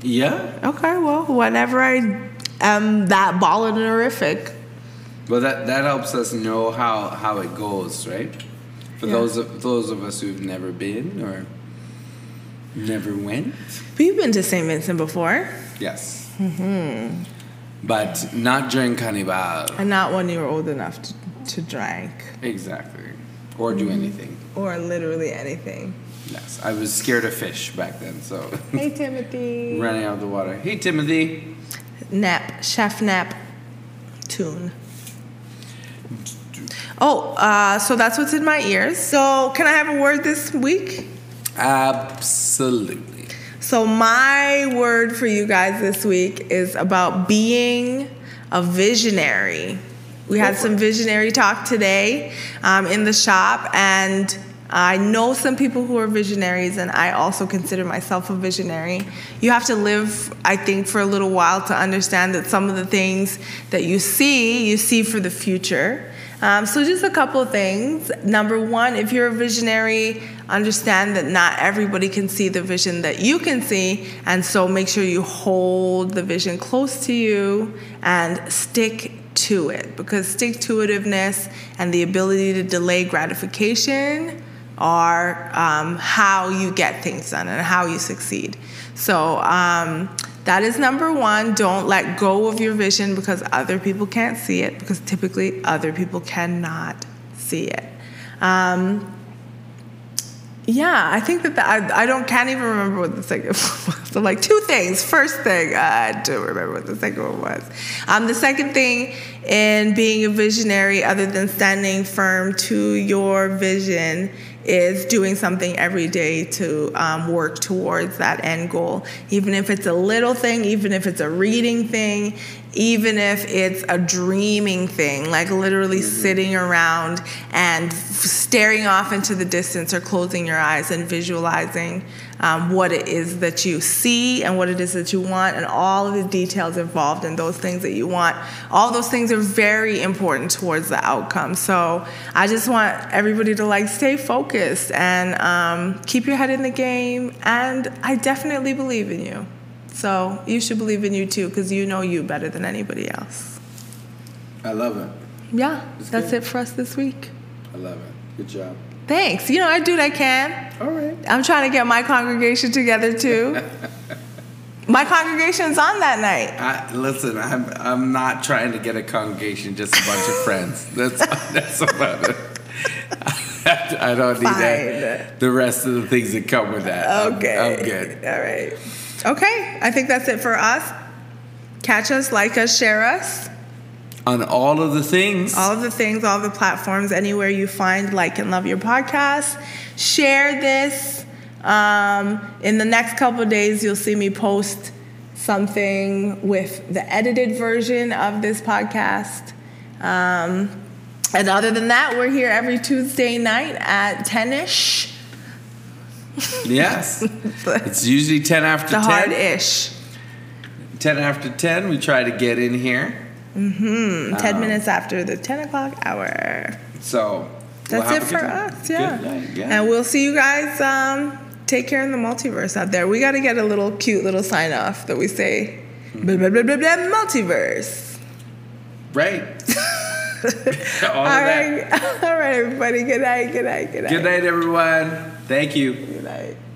S2: Yeah.
S1: Okay, well, whenever I am that ballinerific.
S2: Well, that that helps us know how how it goes, right? For
S1: Yeah.
S2: those of, those of us who've never been or never went.
S1: We've been to St. Vincent before,
S2: Yes. Mm-hmm. But not during Carnival.
S1: and not when you were old enough to, to drink
S2: Exactly. Or do anything.
S1: or literally anything.
S2: Yes. I was scared of fish back then, so (laughs)
S1: Hey, Timothy.
S2: running out of the water. Hey, Timothy.
S1: Nap, Chef Nap tune. Oh, uh, so that's what's in my ears. So, can I have a word this week?
S2: Absolutely.
S1: So, my word for you guys this week is about being a visionary. We had some visionary talk today um, in the shop, and I know some people who are visionaries, and I also consider myself a visionary. You have to live, I think, for a little while to understand that some of the things that you see, you see for the future. Um, so, just a couple of things. Number one, if you're a visionary, understand that not everybody can see the vision that you can see. And so, make sure you hold the vision close to you and stick to it because stick to itiveness and the ability to delay gratification are um, how you get things done and how you succeed. So um, that is number one. Don't let go of your vision because other people can't see it, because typically other people cannot see it. Um, yeah, I think that the, I, I don't can't even remember what the second (laughs) one was. I'm like two things. First thing, uh, I don't remember what the second one was. Um, the second thing in being a visionary, other than standing firm to your vision, is doing something every day to um, work towards that end goal. Even if it's a little thing, even if it's a reading thing, even if it's a dreaming thing, like literally sitting around and f- staring off into the distance or closing your eyes and visualizing um, what it is that you see and what it is that you want and all of the details involved in those things that you want. All those things are very important towards the outcome. So I just want everybody to like stay focused and um, keep your head in the game. And I definitely believe in you. So you should believe in you too, because you know you better than anybody else.
S2: I love it.
S1: Yeah,
S2: That's
S1: that's
S2: good.
S1: it for us this week.
S2: I love it. Good job.
S1: Thanks. You know, I do what I can.
S2: All right.
S1: I'm trying to get my congregation together
S2: (laughs)
S1: too. my congregation's on that night.
S2: I, listen, I'm I'm not trying to get a congregation, just a bunch of
S1: (laughs)
S2: friends. That's that's about it. (laughs) I don't need that. The rest of the things that come with that. I'm-
S1: Okay.
S2: I'm, good.
S1: All right. Okay. I think that's it for us. Catch us, like us, share us.
S2: On all of the things.
S1: All of the things, all of the platforms, anywhere you find Like and Love Your Podcast. Share this. Um, in the next couple of days, you'll see me post something with the edited version of this podcast. Um, and other than that, we're here every Tuesday night at 10 ish. (laughs)
S2: yes.
S1: The
S2: It's usually ten after
S1: hard
S2: ten.
S1: ish.
S2: Ten after ten, we try to get in here.
S1: 10 minutes after the 10 o'clock hour.
S2: So we'll
S1: That's
S2: have
S1: it
S2: a
S1: for
S2: good night.
S1: us, yeah.
S2: Good night,
S1: And we'll see you guys. Um, take care in the multiverse out there. We got to get a little cute little sign off that we say,
S2: Mm-hmm.
S1: blah, blah, blah, blah, blah, multiverse. (laughs)
S2: Right. (laughs) all,
S1: All
S2: of
S1: (laughs)
S2: that.
S1: right, all right, everybody. Good night. Good night. Good night.
S2: Good night, everyone. Thank you.
S1: Good night.